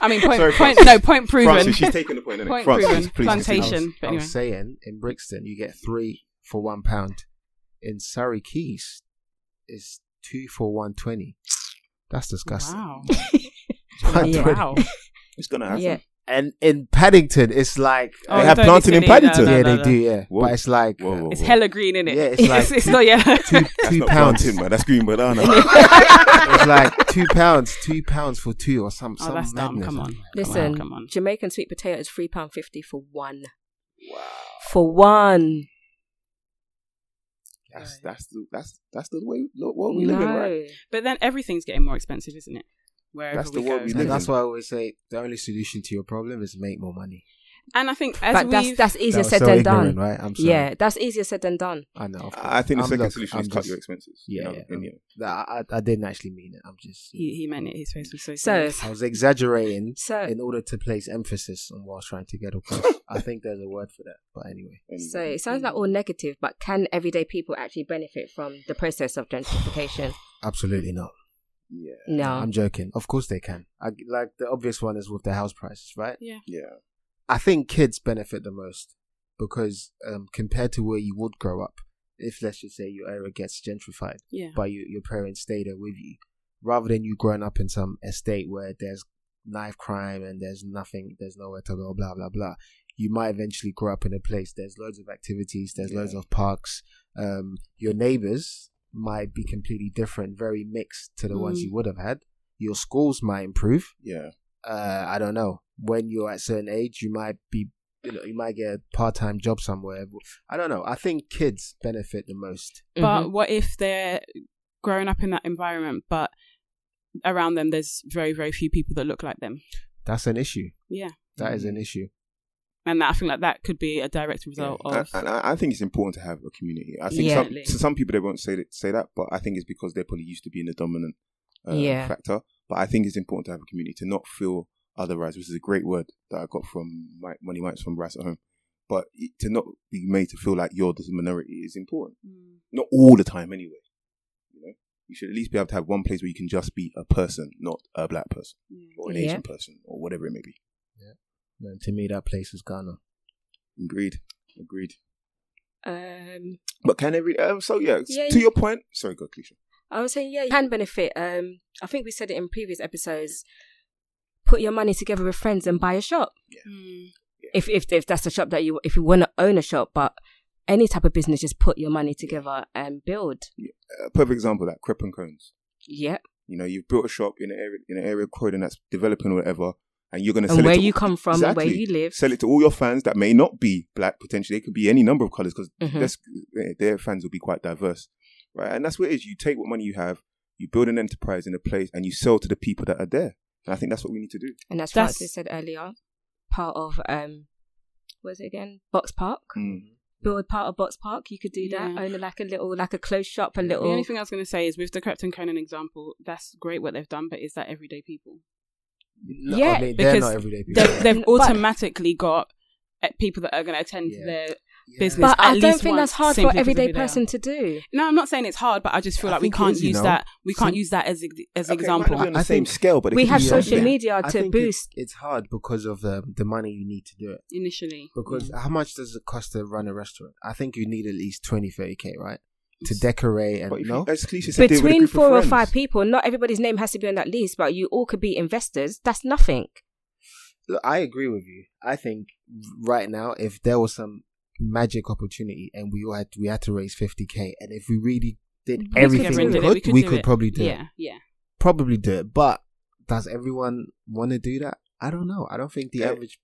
Speaker 2: I mean, point,
Speaker 4: Sorry,
Speaker 2: point
Speaker 4: Francis.
Speaker 2: no point proven.
Speaker 4: Francis, she's taking the point. Isn't
Speaker 2: Point
Speaker 4: Francis,
Speaker 2: proven.
Speaker 4: please continue.
Speaker 2: Plantation. Station, but
Speaker 3: I was, I was
Speaker 2: anyway.
Speaker 3: saying in Brixton you get three for one pound. In Surrey Keys, it's two for one twenty. That's disgusting.
Speaker 2: wow,
Speaker 1: Yeah.
Speaker 2: wow.
Speaker 4: It's gonna happen.
Speaker 1: Yeah.
Speaker 3: And in Paddington, it's like eh,
Speaker 2: Oh,
Speaker 4: they have
Speaker 2: don't
Speaker 4: planting in
Speaker 2: listen to it.
Speaker 4: Paddington.
Speaker 2: No, no,
Speaker 3: yeah,
Speaker 2: no,
Speaker 3: they
Speaker 2: no.
Speaker 3: do, yeah.
Speaker 4: Whoa.
Speaker 3: But it's like
Speaker 4: Whoa, whoa,
Speaker 3: uh,
Speaker 2: It's hella green, in it?
Speaker 3: Yeah, it's like-
Speaker 2: it's, not Oh, yellow.
Speaker 3: two
Speaker 4: That's
Speaker 3: two
Speaker 4: not
Speaker 3: pounds.
Speaker 4: planting, man. That's green banana.
Speaker 3: it's like two pounds, two pounds for two or some.
Speaker 2: Oh,
Speaker 3: some
Speaker 2: that's dumb.
Speaker 3: madness.
Speaker 2: Come on.
Speaker 1: Listen,
Speaker 2: come on.
Speaker 1: Jamaican sweet potato is three pound fifty for one. Wow. For one.
Speaker 4: that's that's the that's that's the way look, what we
Speaker 1: No.
Speaker 4: living, right?
Speaker 2: But then everything's getting more expensive, isn't it? Wherever
Speaker 4: That's the
Speaker 2: we
Speaker 4: world
Speaker 2: go.
Speaker 4: we
Speaker 3: And
Speaker 4: live in.
Speaker 3: that's why I always say the only solution to your problem is make more money.
Speaker 2: And I think as
Speaker 1: But that's
Speaker 2: we've
Speaker 1: that's easier
Speaker 3: That was
Speaker 1: said
Speaker 3: so
Speaker 1: than done.
Speaker 3: ignorant, Right? I'm sorry.
Speaker 1: Yeah, that's easier said than done.
Speaker 3: I know. of
Speaker 4: I think the
Speaker 3: course.
Speaker 4: second
Speaker 3: I'm- look,
Speaker 4: solution
Speaker 3: I'm
Speaker 4: is cut
Speaker 3: just-
Speaker 4: your expenses.
Speaker 3: Yeah,
Speaker 4: in my
Speaker 3: yeah.
Speaker 4: opinion.
Speaker 3: That- I, I I didn't actually mean it. I'm just.
Speaker 2: he, he meant it. His face was so
Speaker 1: So
Speaker 2: serious.
Speaker 3: I was exaggerating
Speaker 1: so
Speaker 3: in order to place emphasis on what I was trying to get across. I think there's a word for that, but anyway.
Speaker 4: Anyway. Mm.
Speaker 1: so it sounds like all negative, but can everyday people actually benefit from the process of gentrification?
Speaker 3: Absolutely not.
Speaker 4: yeah,
Speaker 1: No.
Speaker 3: I'm joking. Of course they can. I, like the obvious one is with the house prices, right?
Speaker 2: Yeah.
Speaker 4: yeah,
Speaker 3: I think kids benefit the most because um, compared to where you would grow up, if let's just say your area gets gentrified,
Speaker 2: Yeah.
Speaker 3: but you, your parents stay there with you, rather than you growing up in some estate where there's knife crime and there's nothing, there's nowhere to go, blah blah blah. You might eventually grow up in a place. There's loads of activities. There's loads
Speaker 4: Yeah.
Speaker 3: of parks. Um, your neighbors might be completely different, very mixed to the ones
Speaker 2: Mm.
Speaker 3: you would have had. You your schools might improve.
Speaker 4: Yeah.
Speaker 3: Uh, I don't know. When you're at certain age, you might be, you know, you might get a part time job somewhere. I don't know. I think kids benefit the most.
Speaker 1: Mm-hmm.
Speaker 2: But what if they're growing up in that environment, but around them there's very, very few people that look like them?
Speaker 3: That's an issue.
Speaker 2: Yeah.
Speaker 3: That
Speaker 4: Mm.
Speaker 3: is an issue.
Speaker 2: And that, I think that that could be a direct result of.
Speaker 3: Uh,
Speaker 4: And, and I, I think it's important to have a community. I think
Speaker 1: Yeah.
Speaker 4: some, to some people they won't say that, say that, but I think it's because they're probably used to being the dominant uh,
Speaker 1: Yeah.
Speaker 4: factor. But I think it's important to have a community to not feel otherwise, which is a great word that I got from Mike, Money Mike's from Rice at Home. But it- to not be made to feel like you're the minority is important.
Speaker 2: Mm.
Speaker 4: Not all the time, anyway. You know, you should at least be able to have one place where you can just be a person, not a black person or an
Speaker 1: Yeah.
Speaker 4: Asian person or whatever it may be.
Speaker 3: And to me, that place is Ghana.
Speaker 4: Agreed. Agreed.
Speaker 1: Um,
Speaker 4: But can every um, so yeah, s-
Speaker 1: Yeah,
Speaker 4: to
Speaker 1: you-
Speaker 4: your point. Sorry, go Keisha.
Speaker 1: I was saying, yeah, you can benefit. Um, I think we said it in previous episodes. Put your money together with friends and buy a shop.
Speaker 2: Mm.
Speaker 1: If if if that's a shop that you if you want to own a shop, but any type of business, just put your money together and build.
Speaker 4: A Uh, perfect example of that Crep and Cones.
Speaker 1: Yeah,
Speaker 4: You know, you've built a shop in an area in an area code and that's developing or whatever, and you're gonna sell
Speaker 1: and where
Speaker 4: it to,
Speaker 1: you come from,
Speaker 4: Exactly.
Speaker 1: where you live.
Speaker 4: sell it to all your fans that may not be black potentially. They could be any number of colors because
Speaker 1: Mhm.
Speaker 4: their fans will be quite diverse, right? And that's what it is. You take what money you have, you build an enterprise in a place, and you sell to the people that are there. And I think that's what we need to
Speaker 3: Mm.
Speaker 4: do.
Speaker 1: And as
Speaker 2: That's-
Speaker 1: Francis said earlier, part of um, was it again? Box Park. Build part of Box Park. You could do
Speaker 2: Yeah.
Speaker 1: that. Own a- like a little, like a closed shop, a
Speaker 3: oh.
Speaker 2: The
Speaker 1: little.
Speaker 2: only thing I was going to say is with the Crepton Conan example, that's great what they've done, but is that everyday people?
Speaker 3: No,
Speaker 1: Yeah,
Speaker 3: I mean, they're
Speaker 2: because
Speaker 3: not everyday people.
Speaker 2: They've,
Speaker 1: Yeah.
Speaker 2: they've
Speaker 1: But-
Speaker 2: automatically got eh, people that are going to attend
Speaker 3: Yeah.
Speaker 2: their.
Speaker 3: Yeah.
Speaker 2: business.
Speaker 1: But
Speaker 2: at
Speaker 1: I don't
Speaker 2: least
Speaker 1: think
Speaker 2: once
Speaker 1: that's hard
Speaker 2: simply
Speaker 1: for
Speaker 2: because
Speaker 1: everyday
Speaker 2: of who they are.
Speaker 1: person to do.
Speaker 2: No, I'm not saying it's hard, but I just feel
Speaker 3: I
Speaker 2: like we
Speaker 3: think it
Speaker 2: can't
Speaker 3: is, you
Speaker 2: use
Speaker 3: know.
Speaker 2: that. We can't
Speaker 3: Sim-
Speaker 2: use that as ex- as
Speaker 4: Okay, it might not
Speaker 2: example.
Speaker 4: be on the
Speaker 3: I
Speaker 4: same
Speaker 3: think-
Speaker 4: scale, but it
Speaker 1: We
Speaker 4: could
Speaker 1: have
Speaker 4: be
Speaker 1: social
Speaker 4: something.
Speaker 1: media
Speaker 3: I
Speaker 1: to
Speaker 3: think it-
Speaker 1: boost.
Speaker 3: it's hard because of the the money you need to do it.
Speaker 2: initially
Speaker 3: Because
Speaker 2: Mm.
Speaker 3: how much does it cost to run a restaurant? I think you need at least 20, 30 k, right? To decorate and
Speaker 4: But if you-
Speaker 3: no,
Speaker 4: as Keisha said, do it with a
Speaker 1: Between
Speaker 4: group of
Speaker 1: four or
Speaker 4: friends.
Speaker 1: five people, not everybody's name has to be on that list, but you all could be investors. That's nothing.
Speaker 3: Look, I agree with you. I think right now, if there was some magic opportunity and we all had we had to raise fifty k, and if we really did
Speaker 1: We could
Speaker 3: everything
Speaker 1: do
Speaker 3: we
Speaker 1: it.
Speaker 3: could, we could,
Speaker 2: do it.
Speaker 3: probably do it.
Speaker 2: yeah, yeah.
Speaker 3: Probably do it. But does everyone want to do that? I don't know. I don't think the
Speaker 4: Yeah.
Speaker 3: average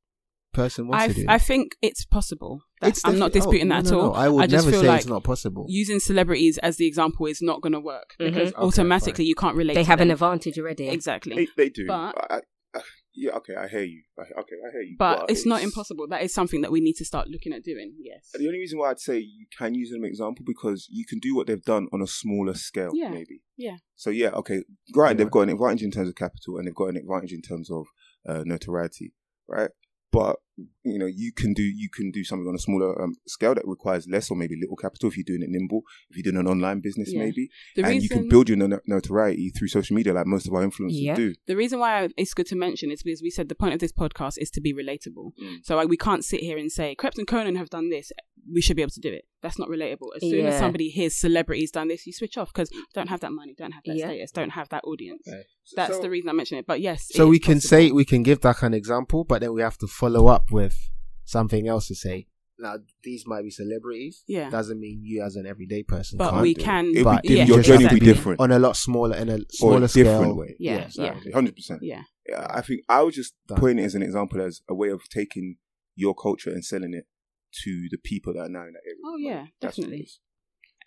Speaker 3: person wants
Speaker 2: I,
Speaker 3: to do.
Speaker 2: f- I
Speaker 3: that.
Speaker 2: think it's possible. That's-
Speaker 3: It's
Speaker 2: I'm not
Speaker 3: defi- oh,
Speaker 2: disputing that
Speaker 3: no, no,
Speaker 2: at all.
Speaker 3: no. I would
Speaker 2: just
Speaker 3: never
Speaker 2: feel
Speaker 3: say
Speaker 2: like
Speaker 3: it's not possible.
Speaker 2: using celebrities as the example is not going to work
Speaker 1: Mhm.
Speaker 2: because
Speaker 1: Okay,
Speaker 2: automatically you can't relate.
Speaker 1: They
Speaker 2: to
Speaker 1: have an
Speaker 2: them.
Speaker 1: advantage already.
Speaker 2: exactly.
Speaker 4: They, they do.
Speaker 2: But-
Speaker 4: I, I, yeah, okay, I hear you. I, okay, I hear you.
Speaker 2: But it's not impossible. That is something that we need to start looking at doing. Yes.
Speaker 4: The only reason why I'd say you can use them as an example because you can do what they've done on a smaller scale,
Speaker 2: Yeah.
Speaker 4: maybe.
Speaker 2: Yeah.
Speaker 4: So yeah, okay, right.
Speaker 3: Yeah.
Speaker 4: They've got an advantage in terms of capital, and they've got an advantage in terms of uh, notoriety, right? But you know, you can do you can do something on a smaller um, scale that requires less or maybe little capital if you're doing it nimble. If you're doing an online business,
Speaker 2: Yeah.
Speaker 4: maybe,
Speaker 2: The
Speaker 4: and
Speaker 2: reason
Speaker 4: you can build your no- notoriety through social media, like most of our influencers
Speaker 1: Yeah.
Speaker 4: do.
Speaker 2: the reason why it's good to mention is because we said the point of this podcast is to be relatable.
Speaker 4: Mm.
Speaker 2: So like, we can't sit here and say Crept and Conan have done this. We should be able to do it. That's not relatable. As soon as
Speaker 1: Yeah.
Speaker 2: somebody hears celebrities done this, you switch off because don't have that money, don't have that
Speaker 1: Yeah.
Speaker 2: status, don't have that audience.
Speaker 3: Right.
Speaker 2: That's
Speaker 4: So-
Speaker 2: the reason I mention it. But yes, it
Speaker 3: So
Speaker 2: is
Speaker 3: we can
Speaker 2: possible.
Speaker 3: say we can give that an example, but then we have to follow up with something else to say. Now these might be celebrities.
Speaker 2: Yeah.
Speaker 3: Doesn't mean you as an everyday person.
Speaker 2: but
Speaker 3: can't
Speaker 2: we
Speaker 3: do it.
Speaker 2: can.
Speaker 4: It'll
Speaker 3: But
Speaker 4: be diff-
Speaker 3: yeah,
Speaker 4: your journey
Speaker 3: exactly.
Speaker 4: will be different
Speaker 3: on a lot smaller in a
Speaker 4: or
Speaker 3: smaller
Speaker 4: a
Speaker 3: scale.
Speaker 4: different way.
Speaker 2: Yeah, yeah.
Speaker 4: exactly, hundred percent.
Speaker 2: Yeah,
Speaker 4: Yeah, I think I was just
Speaker 3: Done.
Speaker 4: putting it as an example as a way of taking your culture and selling it to the people that are now in that area.
Speaker 2: Oh, yeah,
Speaker 4: That's what it
Speaker 2: definitely.
Speaker 4: is.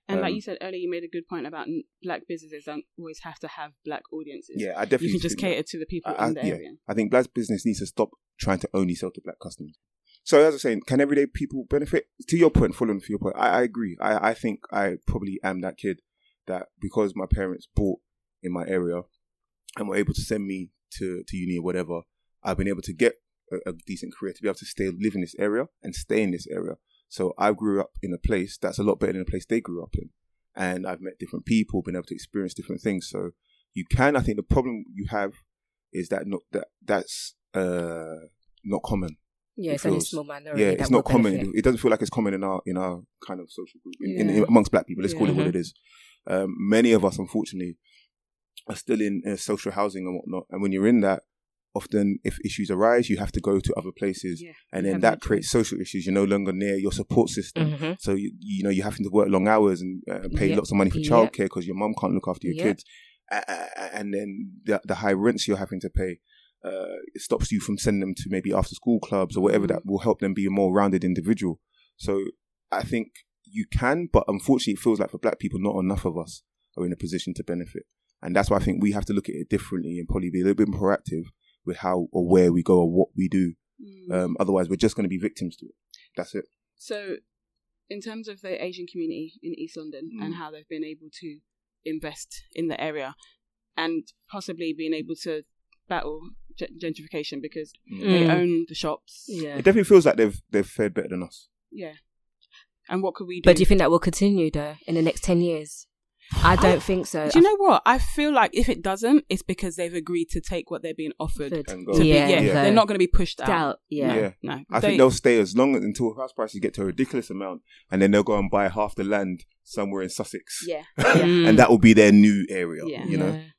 Speaker 2: and like
Speaker 4: Um,
Speaker 2: you said earlier, you made a good point about n- black businesses don't always have to have black audiences.
Speaker 4: Yeah, I
Speaker 2: you
Speaker 4: definitely
Speaker 2: can just
Speaker 4: think that.
Speaker 2: cater to the people
Speaker 4: I, I-
Speaker 2: in the
Speaker 4: yeah.
Speaker 2: area.
Speaker 4: I think black business needs to stop trying to only sell to black customers. So as I was saying, can everyday people benefit? To your point, following for your point, I, I agree. I, I think I probably am that kid that because my parents bought in my area and were able to send me to, to uni or whatever, I've been able to get a, a decent career to be able to stay live in this area and stay in this area. So I grew up in a place that's a lot better than the place they grew up in. And I've met different people, been able to experience different things. So you can, I think the problem you have is that not that that's uh not common.
Speaker 1: Yeah,
Speaker 4: It
Speaker 1: it's only a
Speaker 4: feels-
Speaker 1: small minority.
Speaker 4: yeah,
Speaker 1: that
Speaker 4: it's
Speaker 1: will
Speaker 4: not common.
Speaker 1: benefit.
Speaker 4: It doesn't feel like it's common in our in our kind of social group in, in-
Speaker 2: Yeah.
Speaker 4: in- amongst black people. Let's call it
Speaker 2: Yeah.
Speaker 4: what it is. Um, many of us, unfortunately, are still in uh, social housing and whatnot. And when you're in that, often if issues arise, you have to go to other places,
Speaker 2: Yeah,
Speaker 4: and
Speaker 2: you
Speaker 4: then
Speaker 2: have
Speaker 4: that
Speaker 2: no
Speaker 4: creates social issues. You're no longer near your support system.
Speaker 1: Mhm.
Speaker 4: So you, you know you're having to work long hours and uh, pay
Speaker 1: Yeah.
Speaker 4: lots of money for
Speaker 1: Yeah.
Speaker 4: childcare because your mum can't look after your
Speaker 1: Yeah.
Speaker 4: kids, a- a- a- and then the, the high rents you're having to pay. Uh, it stops you from sending them to maybe after school clubs or whatever
Speaker 1: Mm-hmm.
Speaker 4: that will help them be a more rounded individual. So I think you can, but unfortunately, it feels like for black people, not enough of us are in a position to benefit. And that's why I think we have to look at it differently and probably be a little bit more proactive with how or where we go or what we do.
Speaker 1: Mm.
Speaker 4: Um, otherwise, we're just going to be victims to it. That's it.
Speaker 2: So, in terms of the Asian community in East London
Speaker 4: Mm.
Speaker 2: and how they've been able to invest in the area and possibly being able to battle ge- gentrification because they
Speaker 1: Mm.
Speaker 2: own the shops.
Speaker 1: Yeah.
Speaker 4: It definitely feels like they've they've fared better than us.
Speaker 2: Yeah. And what could we do?
Speaker 1: But do you think that will continue though in the next ten years? I don't think so.
Speaker 2: Do you know what? I feel like if it doesn't, it's because they've agreed to take what they're being
Speaker 1: I
Speaker 2: offered.
Speaker 1: think-
Speaker 4: And
Speaker 2: To
Speaker 4: go.
Speaker 2: be,
Speaker 1: Yeah,
Speaker 2: yeah,
Speaker 1: so-
Speaker 2: they're not going to be pushed out.
Speaker 1: Doubt, yeah.
Speaker 2: No,
Speaker 4: Yeah.
Speaker 2: no.
Speaker 4: I
Speaker 2: They-
Speaker 4: think they'll stay as long as until house prices get to a ridiculous amount, and then they'll go and buy half the land somewhere in Sussex,
Speaker 1: Yeah.
Speaker 2: Mm.
Speaker 4: and that will be their new area.
Speaker 2: Yeah.
Speaker 4: You know,
Speaker 1: Yeah.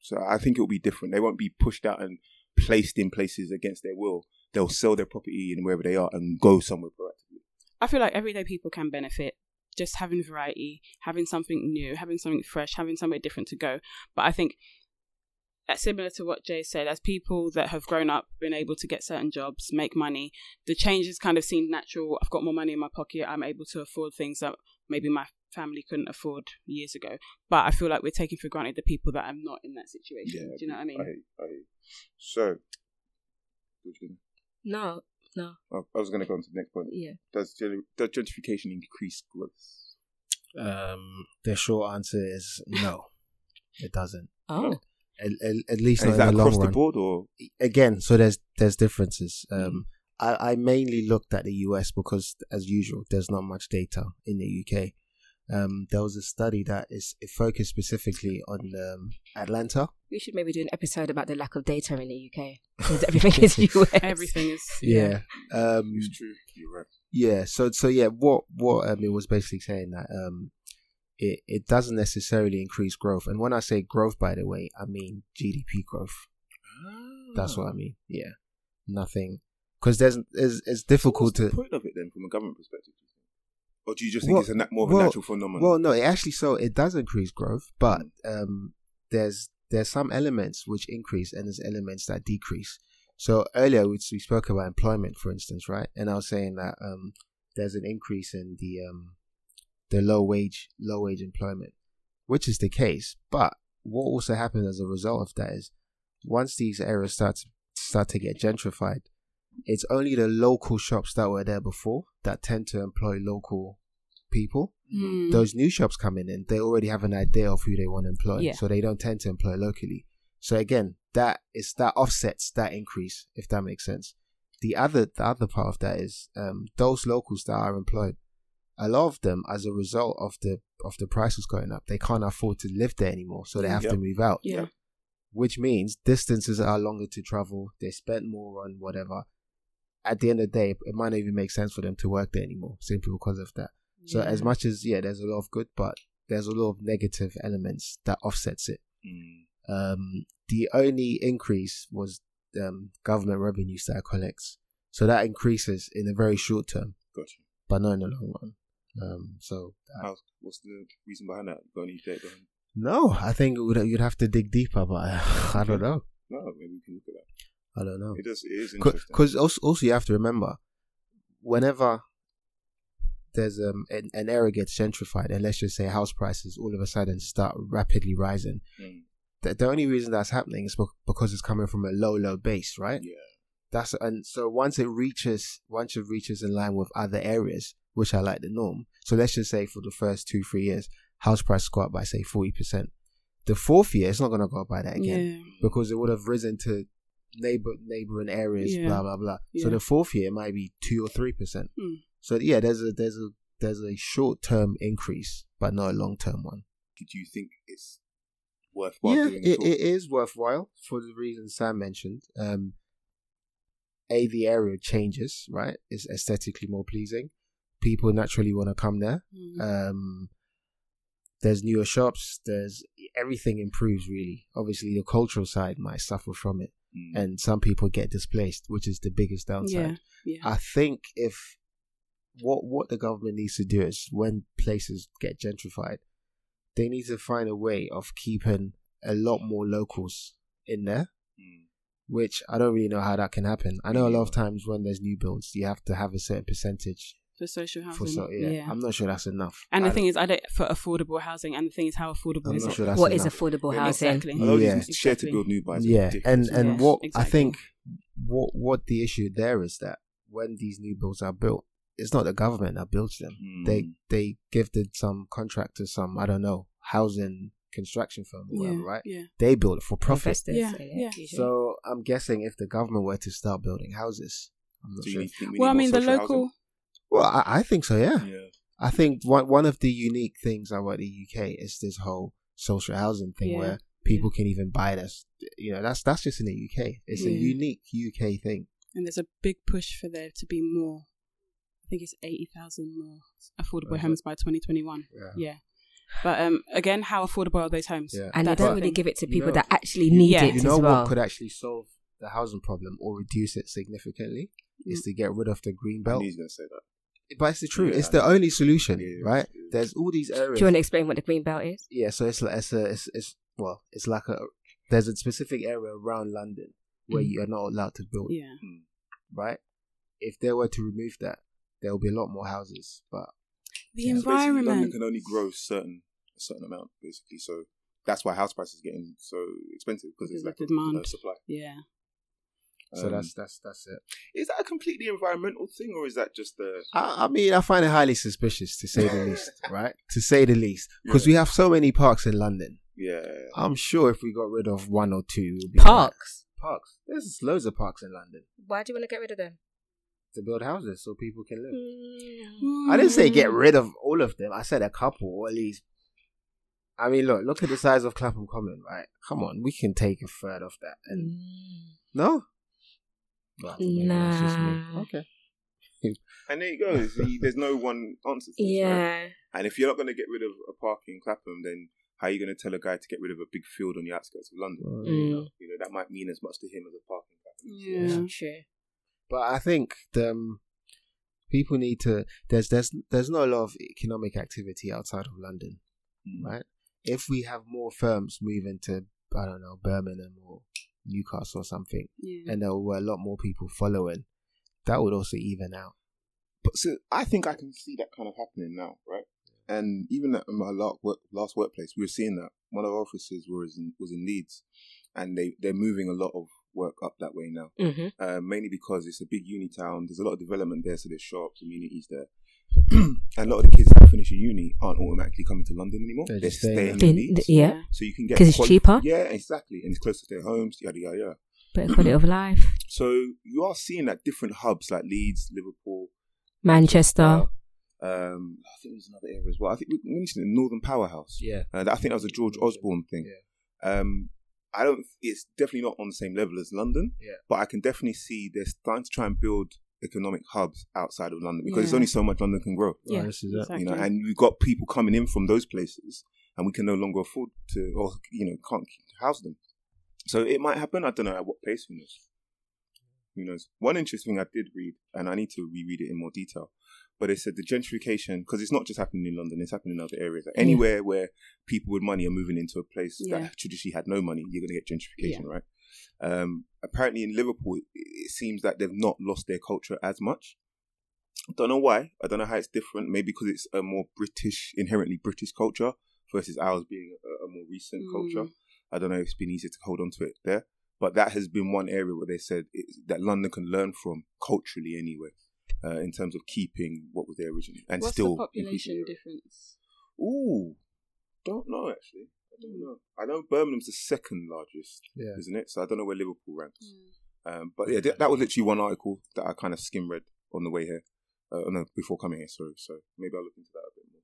Speaker 4: So I think it'll be different. They won't be pushed out and placed in places against their will. They'll sell their property and wherever they are and go somewhere proactively.
Speaker 2: I feel like everyday people can benefit just having variety, having something new, having something fresh, having somewhere different to go. But I think that's similar to what Jay said, as people that have grown up, been able to get certain jobs, make money, the changes kind of seem natural. I've got more money in my pocket. I'm able to afford things that maybe my family couldn't afford years ago. But I feel like we're taking for granted the people that are not in that situation.
Speaker 4: Yeah,
Speaker 2: Do you know what I mean?
Speaker 4: I, so, what you gonna-
Speaker 1: No. No.
Speaker 4: oh, I was going to go on to the next point.
Speaker 1: Yeah.
Speaker 4: Does, gen- does gentrification increase growth?
Speaker 3: Um, the short answer is no, it doesn't.
Speaker 1: Oh.
Speaker 3: At, at, at least not
Speaker 4: And is
Speaker 3: in
Speaker 4: that
Speaker 3: the long
Speaker 4: across
Speaker 3: run.
Speaker 4: the board or?
Speaker 3: again, so there's there's differences. Um, I, I mainly looked at the US because, as usual, there's not much data in the UK. Um, there was a study that is it focused specifically on um, Atlanta.
Speaker 1: We should maybe do an episode about the lack of data in the UK because everything is US.
Speaker 2: Everything is.
Speaker 3: Um,
Speaker 4: true. You're right.
Speaker 3: yeah. So so yeah, what what um, it was basically saying that um, it it doesn't necessarily increase growth. And when I say growth, by the way, I mean GDP growth. That's what I mean. Yeah, nothing because there's it's, it's difficult
Speaker 4: What's the
Speaker 3: to.
Speaker 4: point of it then from a government perspective? Or do you just think
Speaker 3: Well-
Speaker 4: it's a na- more of a
Speaker 3: well-
Speaker 4: natural phenomenon?
Speaker 3: Well, no, it actually so it does increase growth, but um, there's there's some elements which increase and there's elements that decrease. So earlier we, we spoke about employment, for instance, right? And I was saying that um, there's an increase in the um, the low wage low wage employment, which is the case. But what also happens as a result of that is once these areas start to, start to get gentrified, it's only the local shops that were there before that tend to employ local people
Speaker 2: Mm.
Speaker 3: those new shops coming in, they already have an idea of who they want to employ,
Speaker 2: Yeah.
Speaker 3: so they don't tend to employ locally. So again, that is that offsets that increase, if that makes sense. The other the other part of that is um, those locals that are employed. A lot of them, as a result of the of the prices going up, they can't afford to live there anymore, so they have to
Speaker 4: Yep.
Speaker 3: move out.
Speaker 2: Mm. Yeah.
Speaker 3: Which means distances are longer to travel. They spend more on whatever. At the end of the day, it might not even make sense for them to work there anymore, simply because of that. So as much as yeah, there's a lot of good, but there's a lot of negative elements that offsets it.
Speaker 4: Mm.
Speaker 3: Um, the only increase was um, government revenues that it collects, so that increases in the very short term,
Speaker 4: Gotcha.
Speaker 3: but not in the long run. Um, so uh,
Speaker 4: How, what's the reason behind that? Got any data behind
Speaker 3: no, I think it would, you'd have to dig deeper, but I don't know.
Speaker 4: No, maybe we can look at that.
Speaker 3: I don't know.
Speaker 4: It does. It is interesting.
Speaker 3: because also, also you have to remember whenever there's um an, an area gets gentrified and let's just say house prices all of a sudden start rapidly rising
Speaker 4: Mm.
Speaker 3: the, the only reason that's happening is bec- because it's coming from a low low base right
Speaker 4: Yeah.
Speaker 3: that's and so once it reaches once it reaches in line with other areas which are like the norm so let's just say for the first two three years house prices go up by say 40% the fourth year it's not going to go up by that again
Speaker 2: Yeah.
Speaker 3: because it would have risen to neighbor neighboring areas,
Speaker 2: Yeah.
Speaker 3: blah blah blah. So
Speaker 2: Yeah.
Speaker 3: the fourth year might be two or three percent.
Speaker 2: Hmm.
Speaker 3: So yeah, there's a there's a there's a short term increase, but not a long term one.
Speaker 4: Do you think it's worthwhile
Speaker 3: yeah,
Speaker 4: doing
Speaker 3: it,
Speaker 4: all?
Speaker 3: it is worthwhile for the reasons Sam mentioned. Um, a the area changes, right? It's aesthetically more pleasing. People naturally want to come there.
Speaker 2: Mm.
Speaker 3: Um, there's newer shops. There's everything improves really. Obviously, the cultural side might suffer from it
Speaker 4: Mm.
Speaker 3: and some people get displaced, which is the biggest
Speaker 2: yeah.
Speaker 3: downside.
Speaker 2: Yeah.
Speaker 3: I think if what what the government needs to do is when places get gentrified, they need to find a way of keeping a lot more locals in there,
Speaker 4: Mm.
Speaker 3: which I don't really know how that can happen. I know a lot of times when there's new builds, you have to have a certain percentage
Speaker 2: for social
Speaker 3: for
Speaker 2: housing.
Speaker 3: so yeah. I'm not sure that's enough.
Speaker 2: and
Speaker 3: I
Speaker 2: the thing is, I don't for affordable housing. And the thing is, how affordable
Speaker 3: I'm
Speaker 2: is
Speaker 3: not
Speaker 2: it?
Speaker 3: sure that's
Speaker 1: what is
Speaker 3: enough.
Speaker 1: affordable housing?
Speaker 2: Exactly.
Speaker 4: A lot of
Speaker 3: Yeah.
Speaker 4: these share Oh, to
Speaker 2: Exactly.
Speaker 4: build new buys. are
Speaker 3: yeah, and
Speaker 4: ridiculous.
Speaker 3: and
Speaker 2: Yeah,
Speaker 3: what I
Speaker 2: exactly.
Speaker 3: think what what the issue there is that when these new builds are built, it's not the government that builds them.
Speaker 4: Mm.
Speaker 3: They they gifted some contractors, some I don't know housing construction firm, or whatever,
Speaker 2: Yeah,
Speaker 3: right?
Speaker 2: Yeah.
Speaker 3: They build it for profit.
Speaker 1: Investors,
Speaker 2: Yeah,
Speaker 1: so
Speaker 2: yeah.
Speaker 1: usually.
Speaker 3: So I'm guessing if the government were to start building houses, I'm not
Speaker 4: So you
Speaker 3: sure.
Speaker 4: need- think we
Speaker 2: well, I
Speaker 4: need
Speaker 2: mean,
Speaker 4: more
Speaker 2: the
Speaker 4: social
Speaker 2: local.
Speaker 3: Well, I, I think so. Yeah,
Speaker 4: housing? Yeah.
Speaker 3: I think one one of the unique things about the UK is this whole social housing thing
Speaker 2: Yeah,
Speaker 3: where people can even buy this. You know, that's that's just in the UK. It's a
Speaker 1: Mm.
Speaker 2: Yeah.
Speaker 3: unique UK thing.
Speaker 2: And there's a big push for there to be more. I think it's eighty thousand more affordable
Speaker 3: Right.
Speaker 2: homes by 2021.
Speaker 3: Yeah.
Speaker 2: Yeah. But um, again, how affordable are those homes?
Speaker 3: Yeah.
Speaker 1: and they
Speaker 2: That's
Speaker 1: don't
Speaker 2: the
Speaker 1: really
Speaker 2: thing.
Speaker 1: give it to
Speaker 3: You
Speaker 1: people
Speaker 3: know-
Speaker 1: that actually need
Speaker 2: Yeah.
Speaker 1: it
Speaker 3: You know
Speaker 1: as well.
Speaker 3: what could actually solve the housing problem or reduce it significantly
Speaker 1: Mm.
Speaker 3: is to get rid of the green
Speaker 4: I
Speaker 3: belt.
Speaker 4: knew he was gonna say that.
Speaker 3: But it's the truth.
Speaker 4: Yeah.
Speaker 3: It's the only solution,
Speaker 4: Yeah, yeah,
Speaker 3: right?
Speaker 4: yeah.
Speaker 3: There's all these
Speaker 1: Do
Speaker 3: areas.
Speaker 1: you want to explain what the green belt is?
Speaker 3: yeah, so it's like it's a it's, it's well, it's like a there's a specific area around London where
Speaker 1: Mm.
Speaker 3: you are not allowed to build,
Speaker 2: Yeah.
Speaker 3: right? If they were to remove that, there will be a lot more houses. But
Speaker 2: The
Speaker 3: Yeah.
Speaker 4: So basically, London
Speaker 2: environment.
Speaker 4: can only grow certain a certain amount, basically. So that's why house prices getting so expensive because
Speaker 2: Because
Speaker 4: there's
Speaker 2: of
Speaker 4: like a
Speaker 2: demand.
Speaker 4: low supply.
Speaker 2: Yeah.
Speaker 3: so
Speaker 4: Um,
Speaker 3: that's that's that's it.
Speaker 4: is that a completely environmental thing or is that just the
Speaker 3: I, I mean, I find it highly suspicious to say the least, right? To say the least, because
Speaker 4: Yeah.
Speaker 3: we have so many parks in London.
Speaker 4: yeah?
Speaker 3: I'm sure if we got rid of one or two, it would be
Speaker 1: Parks.
Speaker 3: alright. Parks. There's loads of parks in London
Speaker 1: Why do you want to get rid of them?
Speaker 3: to build houses so people can live.
Speaker 1: Mm.
Speaker 3: I didn't say
Speaker 2: Mm.
Speaker 3: get rid of all of them. I said a couple, or at least. I mean, look, look at the size of Clapham Common, right? Come on, we can take a third of that. And
Speaker 1: Mm.
Speaker 3: no, Well, maybe that's just me.
Speaker 1: Nah.
Speaker 3: Okay.
Speaker 4: And there you go. See, there's no one answer. To this, right?
Speaker 1: Yeah.
Speaker 4: And if you're not going to get rid of a park in Clapham, then how are you going to tell a guy to get rid of a big field on the outskirts of London?
Speaker 3: Well,
Speaker 1: Mm.
Speaker 4: You know that might mean as much to him as a park in Clapham.
Speaker 2: Yeah.
Speaker 1: True.
Speaker 3: But I think the, um, people need to. There's there's there's not a lot of economic activity outside of London, right? If we have more firms moving to I don't know Birmingham or Newcastle or something,
Speaker 2: Yeah.
Speaker 3: and there were a lot more people following, that would also even out.
Speaker 4: But so I think I can see that kind of happening now, right? And even at my last, work, last workplace, we were seeing that one of our offices was in, was in Leeds, and they they're moving a lot of work up that way now.
Speaker 1: Mm-hmm.
Speaker 4: uh, mainly because it's a big uni town. There's a lot of development there, so there's shops, communities there. and a lot of the kids that finish in uni aren't automatically coming to London anymore.
Speaker 3: They're
Speaker 4: They're,
Speaker 3: just staying
Speaker 4: staying
Speaker 3: there.
Speaker 1: Then,
Speaker 4: in Leeds.
Speaker 1: th- yeah.
Speaker 4: So you can get
Speaker 1: 'Cause it's
Speaker 4: quali-
Speaker 1: cheaper?
Speaker 4: Yeah, exactly, and it's closer to their homes. Yada yada yada.
Speaker 1: Better quality of life.
Speaker 4: So you are seeing that different hubs like Leeds, Liverpool,
Speaker 1: Manchester.
Speaker 4: uh, um, I think there's another area as well. I think we mentioned the Northern Powerhouse.
Speaker 3: Yeah.
Speaker 4: Uh, I think that was a George Osborne thing. Um, I don't. It's definitely not on the same level as London.
Speaker 3: Yeah.
Speaker 4: But I can definitely see they're starting to try and build economic hubs outside of London because there's
Speaker 2: Yeah.
Speaker 4: only so much London can grow.
Speaker 2: Yeah,
Speaker 3: this is it.
Speaker 2: exactly.
Speaker 4: You know, and we've got people coming in from those places, and we can no longer afford to, or you know, can't house them. So it might happen. I don't know at what pace. Who knows? Who knows? One interesting thing I did read, and I need to reread it in more detail. But it said the gentrification because it's not just happening in London; it's happening in other areas. Like
Speaker 1: Yeah.
Speaker 4: anywhere where people with money are moving into a place
Speaker 2: Yeah.
Speaker 4: that traditionally had no money, you're going to get gentrification, right? Um, apparently, in Liverpool, it, it seems that they've not lost their culture as much. I don't know why. I don't know how it's different. Maybe because it's a more British, inherently British culture versus ours being a, a more recent
Speaker 2: Hmm.
Speaker 4: culture. I don't know if it's been easier to hold on to it there. But that has been one area where they said it, that London can learn from culturally anyway, uh, in terms of keeping what was there originally and
Speaker 2: What's
Speaker 4: still
Speaker 2: the
Speaker 4: increasing
Speaker 2: population
Speaker 4: it.
Speaker 2: difference?
Speaker 4: Ooh, don't know actually. I don't know. I know Birmingham's the second largest,
Speaker 3: Yeah.
Speaker 4: isn't it? So I don't know where Liverpool ranks. Um, but yeah, th- that was literally one article that I kind of skim read on the way here. Uh, no, before coming here, sorry. So maybe I'll look into that a bit more.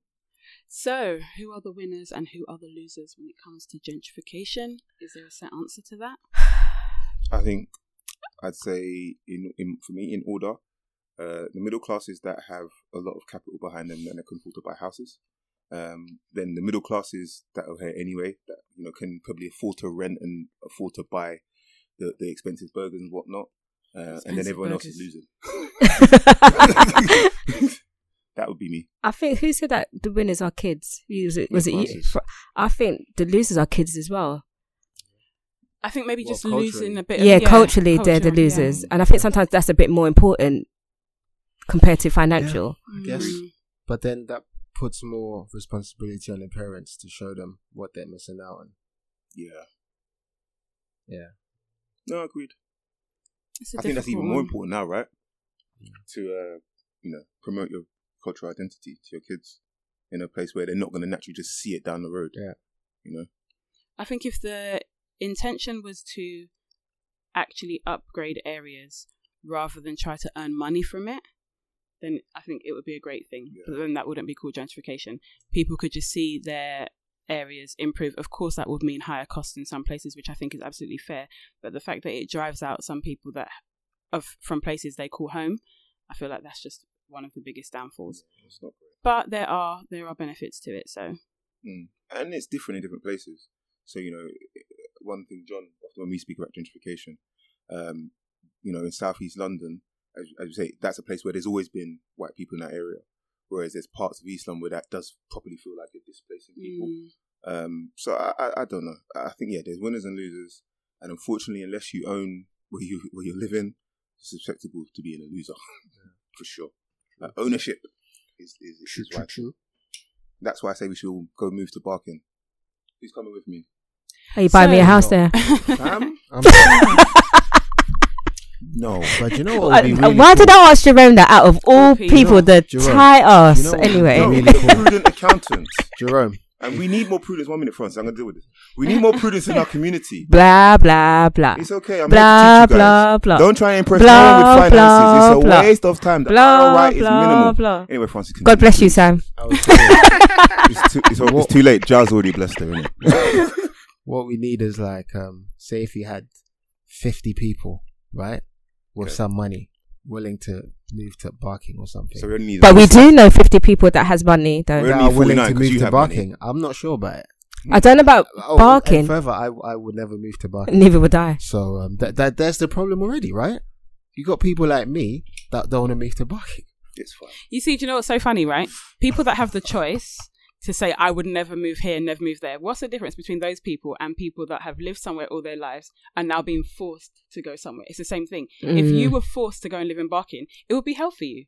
Speaker 2: So, who are the winners and who are the losers when it comes to gentrification? Is there a set answer to that?
Speaker 4: I think I'd say in, in for me in order, uh, the middle classes that have a lot of capital behind them and they can afford to buy houses. Um, then the middle classes that are here anyway that you know can probably afford to rent and afford to buy the, the expensive burgers and whatnot. Uh, and then
Speaker 2: Expensive
Speaker 4: everyone else is
Speaker 2: burgers.
Speaker 4: losing. that would be me.
Speaker 1: I think who said that the winners are kids? You- Was it, was it you?
Speaker 4: Francis.
Speaker 1: Fr- I think the losers are kids as well.
Speaker 2: I think maybe
Speaker 3: Well,
Speaker 2: just
Speaker 3: culturally.
Speaker 2: losing a bit.
Speaker 1: Yeah,
Speaker 2: of,
Speaker 1: culturally they're the
Speaker 2: culture, yeah.
Speaker 1: losers, and I think sometimes that's a bit more important compared to financial.
Speaker 3: I guess.
Speaker 2: Mm.
Speaker 3: But then that puts more responsibility on the parents to show them what they're missing out on.
Speaker 4: Yeah.
Speaker 3: Yeah.
Speaker 4: No, agreed.
Speaker 2: It's a
Speaker 4: I think that's
Speaker 2: difficult
Speaker 4: even more
Speaker 2: one.
Speaker 4: important now, right? To uh, you know, promote your cultural identity to your kids in a place where they're not going to naturally just see it down the road.
Speaker 3: Yeah.
Speaker 4: You know.
Speaker 2: I think if the intention was to actually upgrade areas rather than try to earn money from it, then I think it would be a great thing. But then that wouldn't be called gentrification. People could just see their areas improve. Of course, that would mean higher costs in some places, which I think is absolutely fair. But the fact that it drives out some people that of from places they call home, I feel like that's just one of the biggest downfalls.
Speaker 4: It's not
Speaker 2: But there are there are benefits to it. So
Speaker 4: Mm. And it's different in different places. So, you know, one thing, John, often when we speak about gentrification, um, you know, in southeast London, as, as you say, that's a place where there's always been white people in that area. Whereas there's parts of East London where that does properly feel like you're displacing people.
Speaker 2: mm,
Speaker 4: Um, so I, I, I don't know. I think yeah, there's winners and losers, and unfortunately, unless you own where you where you're living, you're susceptible to being a loser for sure. Uh, ownership is is, is vital. That's why I say we should all go move to Barking. Who's coming with me?
Speaker 1: Are you buying me a
Speaker 2: So-
Speaker 1: house there?
Speaker 4: Sam?
Speaker 3: I'm
Speaker 4: No.
Speaker 3: but you know what would be
Speaker 1: Uh,
Speaker 3: really
Speaker 1: Why
Speaker 3: cool?
Speaker 1: did I ask Jerome that out of all
Speaker 2: Jerome,
Speaker 1: people, the
Speaker 3: Jerome,
Speaker 1: tie
Speaker 3: you know
Speaker 1: us
Speaker 3: what-
Speaker 1: anyway?
Speaker 4: No, we
Speaker 3: Really
Speaker 4: need a
Speaker 3: cool.
Speaker 4: prudent accountant.
Speaker 3: Jerome?
Speaker 4: And we need more prudence. One minute, Francis. I'm going to deal with this. We need more prudence in our community.
Speaker 1: Blah blah blah.
Speaker 4: It's okay. I'm
Speaker 1: Blah,
Speaker 4: here to teach you guys.
Speaker 1: blah, blah.
Speaker 4: Don't try and impress
Speaker 1: Blah,
Speaker 4: anyone with finances.
Speaker 1: blah,
Speaker 4: it's a
Speaker 1: blah.
Speaker 4: waste of time. The
Speaker 1: Blah,
Speaker 4: ROI is
Speaker 1: blah,
Speaker 4: minimal.
Speaker 1: blah.
Speaker 4: Anyway, Francis.
Speaker 1: God
Speaker 4: continue,
Speaker 1: bless you,
Speaker 4: please.
Speaker 1: Sam.
Speaker 3: I would say
Speaker 4: It's too, it's, al- it's too late. Jar's already blessed her, isn't it?
Speaker 3: what we need is like, um, say if you had 50 people, right, with
Speaker 4: Okay.
Speaker 3: some money, willing to move to Barking or something.
Speaker 4: So we only need.
Speaker 1: But we do know 50 people that has money, though.
Speaker 4: We're
Speaker 3: that
Speaker 4: only
Speaker 3: are willing
Speaker 4: 49
Speaker 3: to
Speaker 4: 'cause
Speaker 3: move
Speaker 4: you
Speaker 3: to
Speaker 4: have money.
Speaker 3: Barking. I'm not sure about it.
Speaker 1: I don't know about
Speaker 3: Oh, and
Speaker 1: barking.
Speaker 3: Further, I, I would never move to Barking.
Speaker 1: Neither would I.
Speaker 3: So um, that that that's the problem already, right? You got people like me that don't want to move to Barking.
Speaker 4: It's fine.
Speaker 2: You see, do you know what's so funny, right? People that have the choice to say, I would never move here, never move there. What's the difference between those people and people that have lived somewhere all their lives and now being forced to go somewhere? It's the same thing. If you
Speaker 1: Mm.
Speaker 2: were forced to go and live in Barking, it would be hell for you.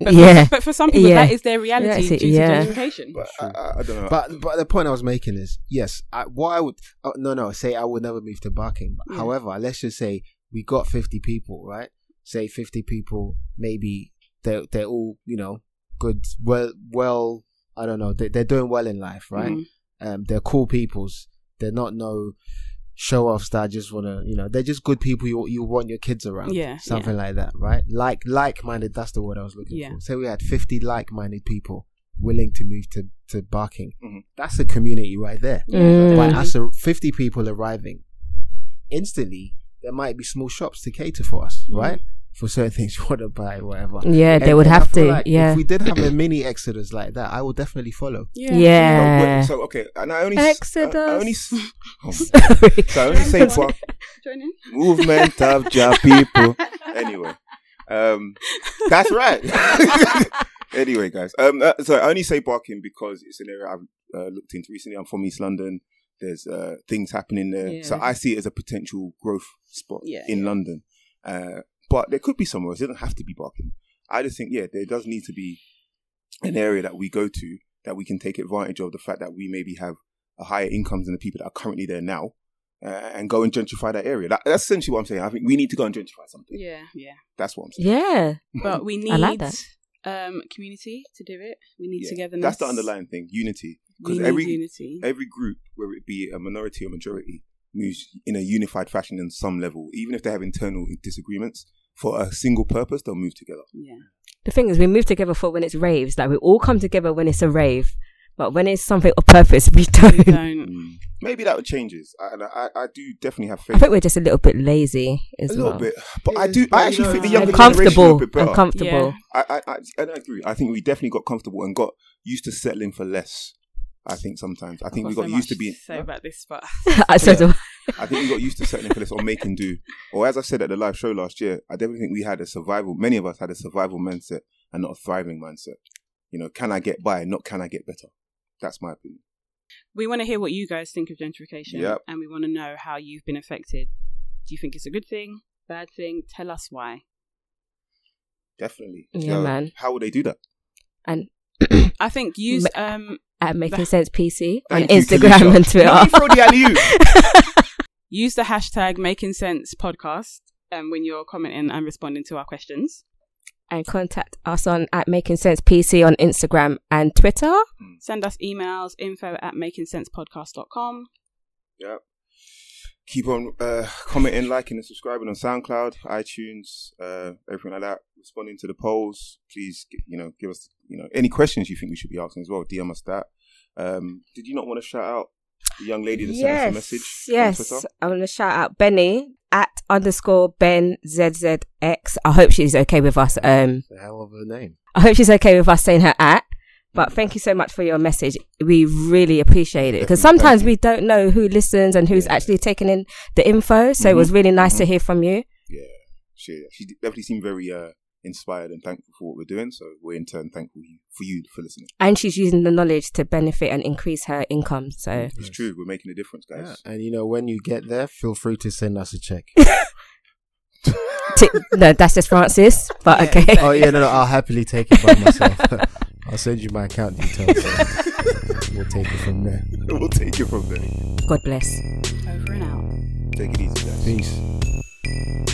Speaker 2: But,
Speaker 1: Yeah.
Speaker 2: for, but for some people,
Speaker 1: Yeah.
Speaker 2: that is their reality
Speaker 1: That's it,
Speaker 2: due
Speaker 1: yeah.
Speaker 2: to gentrification.
Speaker 4: But I, I, I don't know.
Speaker 3: But but the point I was making is yes, I, what I would oh, no no say I would never move to Barking.
Speaker 2: Yeah.
Speaker 3: However, let's just say we got fifty people, right? Say fifty people, maybe they are they're all you know good, well well I don't know they they're doing well in life, right?
Speaker 2: Mhm.
Speaker 3: Um, they're cool peoples. They're not no show offs that just want to, you know, they're just good people you you want your kids around.
Speaker 2: Yeah,
Speaker 3: Something like that, right? Like like minded, that's the word I was looking
Speaker 2: Yeah.
Speaker 3: for. Say we had 50 like minded people willing to move to, to Barking.
Speaker 4: Mhm.
Speaker 3: That's a community right there.
Speaker 1: Mm.
Speaker 3: By us, ar- 50 people arriving, instantly, there might be small shops to cater for us,
Speaker 2: Mhm.
Speaker 3: right? For certain things you want to buy, whatever.
Speaker 1: Mm. Yeah, they
Speaker 3: And-
Speaker 1: would
Speaker 3: and I
Speaker 1: have
Speaker 3: feel
Speaker 1: to.
Speaker 3: like
Speaker 1: yeah.
Speaker 3: If we did have a mini exodus like that, I would definitely follow.
Speaker 1: yeah.
Speaker 4: No, wait, so okay, and I only s-
Speaker 1: Exodus.
Speaker 4: I, I only s- oh, so
Speaker 1: Sorry.
Speaker 4: I only say
Speaker 2: Sorry.
Speaker 4: Bar-
Speaker 2: Join in.
Speaker 4: movement of Jar people. Anyway, um, that's right. anyway, guys, um, uh, so I only say Barking because it's an area I've uh, looked into recently. I'm from East London. There's uh, things happening there, so
Speaker 2: Yeah.
Speaker 4: I see it as a potential growth spot
Speaker 2: Yeah.
Speaker 4: in London. Uh, but there could be somewhere else. It doesn't have to be Barking. I just think yeah, there does need to be an area that we go to that we can take advantage of the fact that we maybe have a higher incomes than the people that are currently there now uh, and go and gentrify that area. That, that's essentially what I'm saying. I think we need to go and gentrify something.
Speaker 2: Yeah, yeah.
Speaker 4: That's what I'm saying.
Speaker 1: yeah.
Speaker 2: But we need
Speaker 1: I like that.
Speaker 2: um, community to do it. We need
Speaker 4: Yeah.
Speaker 2: togetherness.
Speaker 4: That's the underlying thing unity.
Speaker 2: We
Speaker 4: Because
Speaker 2: need
Speaker 4: every,
Speaker 2: unity.
Speaker 4: every group, whether it be a minority or majority, moves in a unified fashion in some level. Even if they have internal disagreements, for a single purpose, they'll move together.
Speaker 2: yeah.
Speaker 1: The thing is, we move together for when it's raves. Like, we all come together when it's a rave. But when it's something of purpose, we
Speaker 2: We
Speaker 1: don't.
Speaker 2: don't.
Speaker 4: Hmm. Maybe that would changes. And I, I, I do definitely have faith.
Speaker 1: I think we're just a little bit lazy as
Speaker 4: a little
Speaker 1: well.
Speaker 4: bit, but I
Speaker 3: It is,
Speaker 4: do.
Speaker 3: but
Speaker 4: I
Speaker 3: you
Speaker 4: actually
Speaker 3: know,
Speaker 4: think the
Speaker 3: it's
Speaker 4: younger
Speaker 1: And
Speaker 4: generation are a
Speaker 1: comfortable.
Speaker 4: bit better.
Speaker 1: And comfortable.
Speaker 4: I, I, I, and I agree. I think we definitely got comfortable and got used to settling for less. I think sometimes. I think we
Speaker 2: I've
Speaker 4: got
Speaker 2: so
Speaker 4: used
Speaker 2: much
Speaker 4: to being.
Speaker 2: say about this, but
Speaker 1: I said,
Speaker 4: Yeah. I think we got used to settling for less or making do. Or as I said at the live show last year, I definitely think we had a survival. Many of us had a survival mindset and not a thriving mindset. You know, can I get by? Not can I get better? That's my opinion.
Speaker 2: We want to hear what you guys think of gentrification,
Speaker 4: Yep.
Speaker 2: and we want to know how you've been affected. Do you think it's a good thing, bad thing? Tell us why.
Speaker 4: Definitely.
Speaker 1: Yeah, man.
Speaker 4: How would they do that?
Speaker 1: And
Speaker 2: I think use um
Speaker 1: at Making Sense PC on
Speaker 4: Thank you,
Speaker 1: Instagram
Speaker 4: Kalisha.
Speaker 1: and
Speaker 4: Let me
Speaker 1: Twitter.
Speaker 4: throw the alley-oop.
Speaker 2: use the hashtag Making Sense Podcast um, when you're commenting and responding to our questions.
Speaker 1: and contact us on at Making Sense PC on Instagram and Twitter.
Speaker 2: Send us emails info at makingsensepodcast.com.
Speaker 4: Yep. Keep on uh, commenting, liking, and subscribing on SoundCloud, iTunes, uh, everything like that. Responding to the polls, please. g- You know, give us you know any questions you think we should be asking as well. DM us that. Um, did you not want to shout out the young lady that sent us a message? on
Speaker 1: Yes.
Speaker 4: Twitter?
Speaker 1: I want to shout out Benny at underscore Ben ZZX. I hope she's okay with us. Um,
Speaker 3: The hell of a name.
Speaker 1: I hope she's okay with us saying her at. But thank you so much for your message. We really appreciate it because
Speaker 4: Definitely,
Speaker 1: sometimes
Speaker 4: thank you.
Speaker 1: we don't know who listens and who's
Speaker 4: Yeah. Mm-hmm.
Speaker 1: actually taking in the info. So it was really nice to hear from you.
Speaker 4: She, she definitely seemed very uh, inspired and thankful for what we're doing. So we're in turn thankful you- for you for listening.
Speaker 1: And she's using the knowledge to benefit and increase her income. So
Speaker 4: It's true. We're making a difference, guys.
Speaker 3: And you know, when you get there, feel free to send us a check.
Speaker 1: T- no, that's just Francis. But okay.
Speaker 3: oh yeah, no, no, I'll happily take it by myself. I'll send you my account details. we'll take it from there.
Speaker 4: we'll take it from there.
Speaker 1: God bless.
Speaker 2: Over and out.
Speaker 4: Take it easy,
Speaker 3: Peace.
Speaker 4: guys.